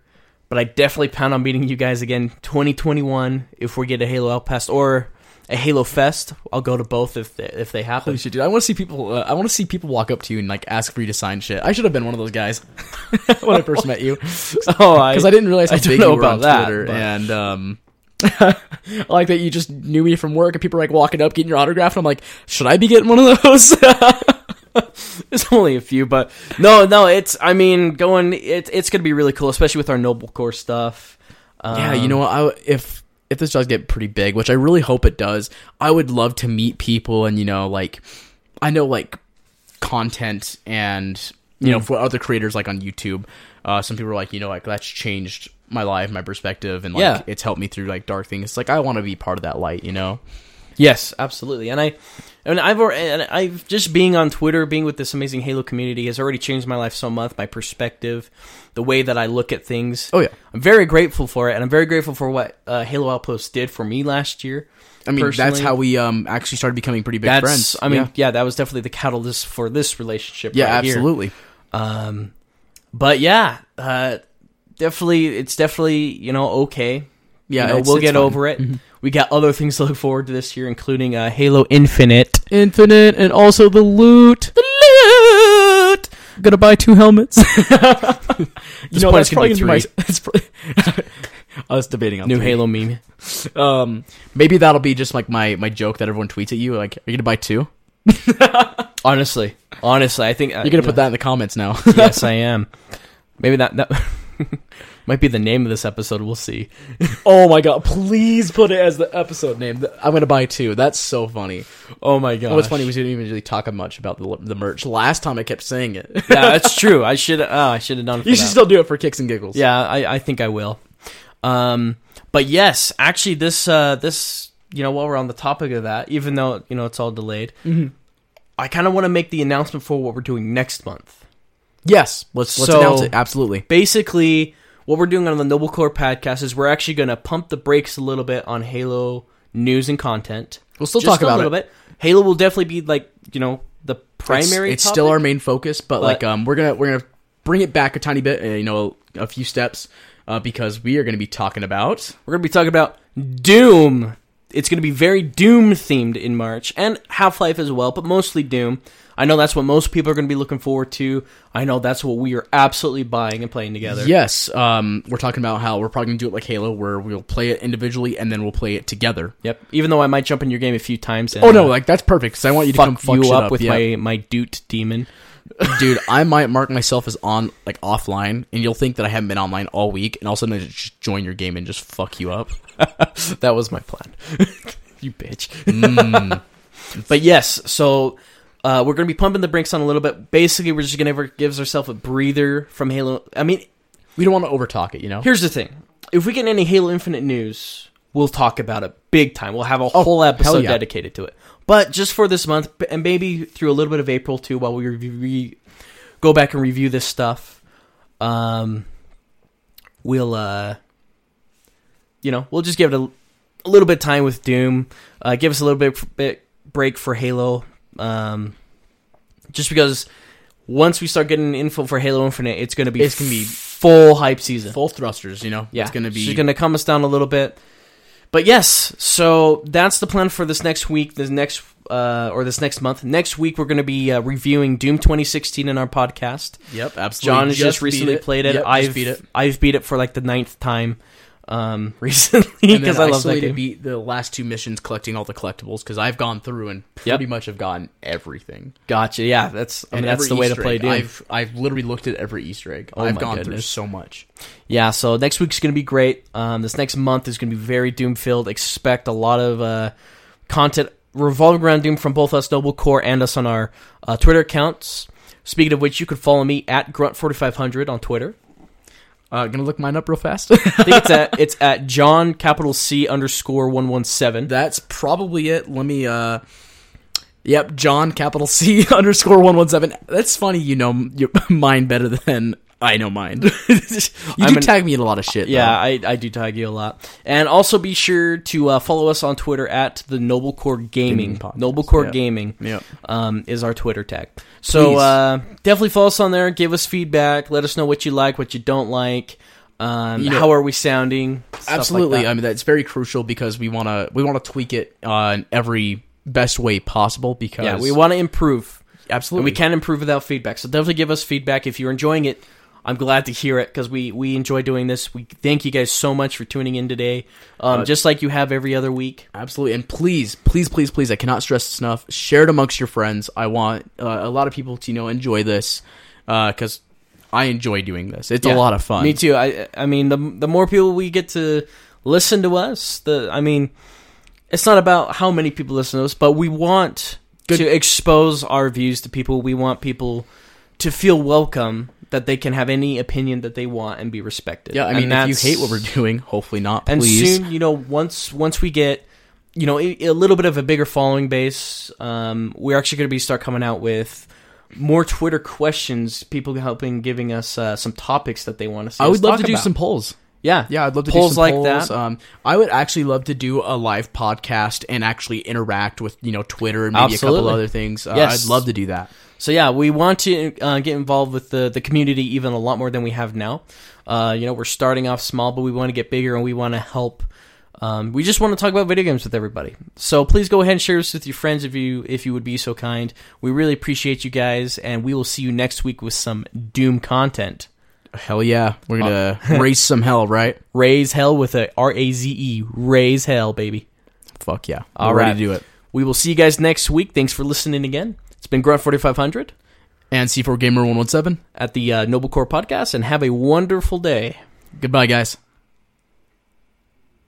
Speaker 1: but i definitely plan on meeting you guys again 2021 if we get a halo outpost or a halo fest i'll go to both if they, if they happen
Speaker 2: shit, dude! I want to see people. Uh, I want to see people walk up to you and like ask for you to sign shit. I should have been one of those guys when I first met you.
Speaker 1: oh I,
Speaker 2: because I, didn't realize how
Speaker 1: I don't
Speaker 2: big
Speaker 1: know
Speaker 2: you were
Speaker 1: about
Speaker 2: on
Speaker 1: that,
Speaker 2: Twitter,
Speaker 1: but-
Speaker 2: and um, I like that you just knew me from work, and people are like walking up, getting your autograph, and I'm like, should I be getting one of those?
Speaker 1: There's only a few, but no, no. It's I mean, going. It's it's gonna be really cool, especially with our noble core stuff. Um,
Speaker 2: yeah, you know, what, I if if this does get pretty big, which I really hope it does, I would love to meet people, and you know, like I know like content and you
Speaker 1: Mm.
Speaker 2: know for other creators like on YouTube, uh, some people are like, you know, like that's changed my life, my perspective, and like
Speaker 1: Yeah.
Speaker 2: it's helped me through like dark things. It's like I want to be part of that light, you know.
Speaker 1: Yes, absolutely. And I and I've alre- and I've just being on Twitter, being with this amazing Halo community has already changed my life so much, my perspective, the way that I look at things.
Speaker 2: Oh yeah.
Speaker 1: I'm very grateful for it, and I'm very grateful for what uh, Halo Outpost did for me last year.
Speaker 2: I mean, that's
Speaker 1: personally.
Speaker 2: how we um actually started becoming pretty big
Speaker 1: That's,
Speaker 2: friends.
Speaker 1: I mean,
Speaker 2: yeah,
Speaker 1: yeah. that was definitely the catalyst for this relationship.
Speaker 2: Yeah,
Speaker 1: right here.
Speaker 2: absolutely.
Speaker 1: Um, but yeah, uh, definitely, it's definitely you know okay.
Speaker 2: Yeah,
Speaker 1: You know,
Speaker 2: it's-
Speaker 1: we'll
Speaker 2: it's Mm-hmm.
Speaker 1: get
Speaker 2: fun.
Speaker 1: over it. We got other things to look forward to this year, including uh, Halo Infinite.
Speaker 2: Infinite and also the loot.
Speaker 1: loot.
Speaker 2: gonna buy two helmets.
Speaker 1: This
Speaker 2: you know,
Speaker 1: point's
Speaker 2: that's
Speaker 1: gonna
Speaker 2: probably
Speaker 1: be
Speaker 2: gonna be my. It's pro- I was debating on
Speaker 1: New
Speaker 2: three.
Speaker 1: Halo meme.
Speaker 2: Um, maybe that'll be just like my my joke that everyone tweets at you. Like, are you gonna buy two?
Speaker 1: Honestly, honestly, I think
Speaker 2: You're gonna put that in the comments now.
Speaker 1: yes, I am. Maybe that that might be the name of this episode. We'll see.
Speaker 2: oh my god! Please put it as the episode name. The- I'm gonna buy two. That's so funny.
Speaker 1: Oh my god,
Speaker 2: What's funny was we didn't even really talk much about the the merch last time. I kept saying it.
Speaker 1: yeah, that's true. I should uh, I should have done. It for
Speaker 2: you should
Speaker 1: that.
Speaker 2: still do it for kicks and giggles.
Speaker 1: Yeah, I, I think I will. Um, but yes, actually, this uh, this you know while we're on the topic of that, even though you know it's all delayed,
Speaker 2: Mm-hmm.
Speaker 1: I kind of want to make the announcement for what we're doing next month.
Speaker 2: Yes. Let's let's
Speaker 1: So-
Speaker 2: announce it. Absolutely.
Speaker 1: Basically, what we're doing on the Noble Core podcast is we're actually going to pump the brakes a little bit on Halo news and content.
Speaker 2: We'll still
Speaker 1: Just
Speaker 2: talk about
Speaker 1: a
Speaker 2: it.
Speaker 1: little bit. Halo will definitely be like you know the
Speaker 2: It's-
Speaker 1: primary.
Speaker 2: It's, still
Speaker 1: topic.
Speaker 2: our main focus, but, like um, we're gonna we're gonna bring it back a tiny bit, uh, you know, a, a few steps, uh, because we are gonna be talking about
Speaker 1: We're going to be talking about Doom. It's going to be very Doom themed in March and Half Life as well, but mostly Doom. I know that's what most people are going to be looking forward to. I know that's what we are absolutely buying and playing together.
Speaker 2: yes, um, we're talking about how we're probably gonna do it like Halo, where we'll play it individually and then we'll play it together.
Speaker 1: Yep. Even though I might jump in your game a few times. And,
Speaker 2: Oh no,
Speaker 1: uh,
Speaker 2: like that's perfect because I want you to
Speaker 1: fuck,
Speaker 2: come fuck
Speaker 1: you
Speaker 2: shit
Speaker 1: up,
Speaker 2: up,
Speaker 1: with
Speaker 2: yeah.
Speaker 1: my my Doot demon.
Speaker 2: dude. I might mark myself as on like offline, and you'll think that I haven't been online all week, and all of a sudden I just join your game and just fuck you up.
Speaker 1: That was my plan. you bitch. but yes, so uh, we're going to be pumping the brakes on a little bit. Basically, we're just going to give ourselves a breather from Halo. I mean,
Speaker 2: We don't want to overtalk it, you know.
Speaker 1: Here's the thing: if we get any Halo Infinite news, we'll talk about it big time. We'll have a whole episode
Speaker 2: Oh, yeah.
Speaker 1: dedicated to it. But just for this month, b- and maybe through a little bit of April too, while we review, re- go back and review this stuff, um, we'll uh, you know, we'll just give it a, a little bit of time with Doom. Uh, give us a little bit, bit break for Halo, um, just because. Once we start getting info for Halo Infinite, it's going to be
Speaker 2: It's gonna be
Speaker 1: full hype season.
Speaker 2: Full thrusters, you know.
Speaker 1: Yeah,
Speaker 2: it's gonna be.
Speaker 1: She's gonna calm us down a little bit. But yes, so that's the plan for this next week. This next uh, or this next month. Next week we're gonna be uh, reviewing Doom 2016 in our podcast.
Speaker 2: Yep, absolutely.
Speaker 1: John has just,
Speaker 2: beat
Speaker 1: recently played it.
Speaker 2: Yep, just
Speaker 1: I've
Speaker 2: beat it
Speaker 1: I've beat it for like the ninth time um, recently because I love that game.
Speaker 2: Beat the last two missions, collecting all the collectibles because I've gone through and pretty much have gotten everything.
Speaker 1: gotcha. Yeah, that's I mean,
Speaker 2: And
Speaker 1: that's
Speaker 2: every
Speaker 1: the way to
Speaker 2: Easter
Speaker 1: play
Speaker 2: egg.
Speaker 1: Doom.
Speaker 2: I've I've literally looked at every Easter egg. I've
Speaker 1: my
Speaker 2: gone through
Speaker 1: goodness.
Speaker 2: so much.
Speaker 1: Yeah, so next week's going to be great. Um, this next month is going to be very Doom filled. Expect a lot of uh, content revolving around Doom from both us, Noble Core, and us on our uh, Twitter accounts. Speaking of which, you can follow me at Grunt4500 on Twitter.
Speaker 2: Uh, gonna look mine up real fast.
Speaker 1: I think it's at it's at John capital C underscore one one seven.
Speaker 2: That's probably it. Let me. uh Yep, John capital C underscore one one seven. That's funny. You know m- your, mine better than I know mine. you
Speaker 1: I'm
Speaker 2: do
Speaker 1: an-
Speaker 2: tag me in a lot of shit.
Speaker 1: Yeah, I, I do tag you a lot. And also be sure to uh, follow us on Twitter at the Noble Core Gaming.
Speaker 2: Gaming podcast,
Speaker 1: Noble Core
Speaker 2: yeah.
Speaker 1: Gaming.
Speaker 2: though. Yep.
Speaker 1: um, is our Twitter tag. So
Speaker 2: Please.
Speaker 1: uh, definitely follow us on there. Give us feedback. Let us know what you like, what you don't like. Um,
Speaker 2: You know-
Speaker 1: how are we sounding? stuff like
Speaker 2: absolutely
Speaker 1: that.
Speaker 2: i mean that's very crucial because we want to we want to tweak it uh, in every best way possible because
Speaker 1: yeah, we want to improve. And
Speaker 2: absolutely
Speaker 1: we can't improve without feedback. So definitely give us feedback if you're enjoying it. I'm glad to hear it because we we enjoy doing this. We thank you guys so much for tuning in today.
Speaker 2: Uh,
Speaker 1: Um, just like you have every other week.
Speaker 2: absolutely and please please please please i cannot stress this enough share it amongst your friends i want uh, a lot of people to you know enjoy this because i enjoy doing this it's
Speaker 1: Yeah.
Speaker 2: a lot of fun
Speaker 1: Me too. I I mean the the more people we get to listen to us, the I mean it's not about how many people listen to us, but we want
Speaker 2: Good-
Speaker 1: to expose our views to people. We want people to feel welcome that they can have any opinion that they want and be respected.
Speaker 2: yeah i
Speaker 1: And
Speaker 2: mean
Speaker 1: that's-
Speaker 2: if you hate what we're doing hopefully not
Speaker 1: and
Speaker 2: please
Speaker 1: soon, you know, once once we get you know a, a little bit of a bigger following base, um, we're actually going to be start coming out with more Twitter questions. People helping giving us uh, some topics that they want to. See
Speaker 2: i
Speaker 1: us
Speaker 2: would love
Speaker 1: talk
Speaker 2: to do
Speaker 1: about.
Speaker 2: some polls
Speaker 1: Yeah,
Speaker 2: Yeah, I'd love to
Speaker 1: polls
Speaker 2: do some
Speaker 1: like
Speaker 2: polls.
Speaker 1: that.
Speaker 2: Um, I would actually love to do a live podcast and actually interact with you know Twitter and maybe a
Speaker 1: Absolutely.
Speaker 2: couple other things. Uh,
Speaker 1: Yes.
Speaker 2: I'd love to do that.
Speaker 1: so yeah, we want to uh, get involved with the the community even a lot more than we have now. Uh, you know, we're starting off small, but we want to get bigger, and we want to help Um, we just want to talk about video games with everybody. So please go ahead and share this with your friends if you if you would be so kind. We really appreciate you guys, and we will see you next week with some Doom content.
Speaker 2: Hell yeah, we're gonna raise some hell, right?
Speaker 1: Raise hell with a R A Z E. Raise hell, baby.
Speaker 2: Fuck yeah!
Speaker 1: All
Speaker 2: All right,
Speaker 1: right.
Speaker 2: do it.
Speaker 1: We will see you guys next week. Thanks for listening again. It's been Grunt forty five hundred
Speaker 2: And C4 Gamer one one seven.
Speaker 1: at the uh, Noble Core podcast, and have a wonderful day.
Speaker 2: Goodbye, guys.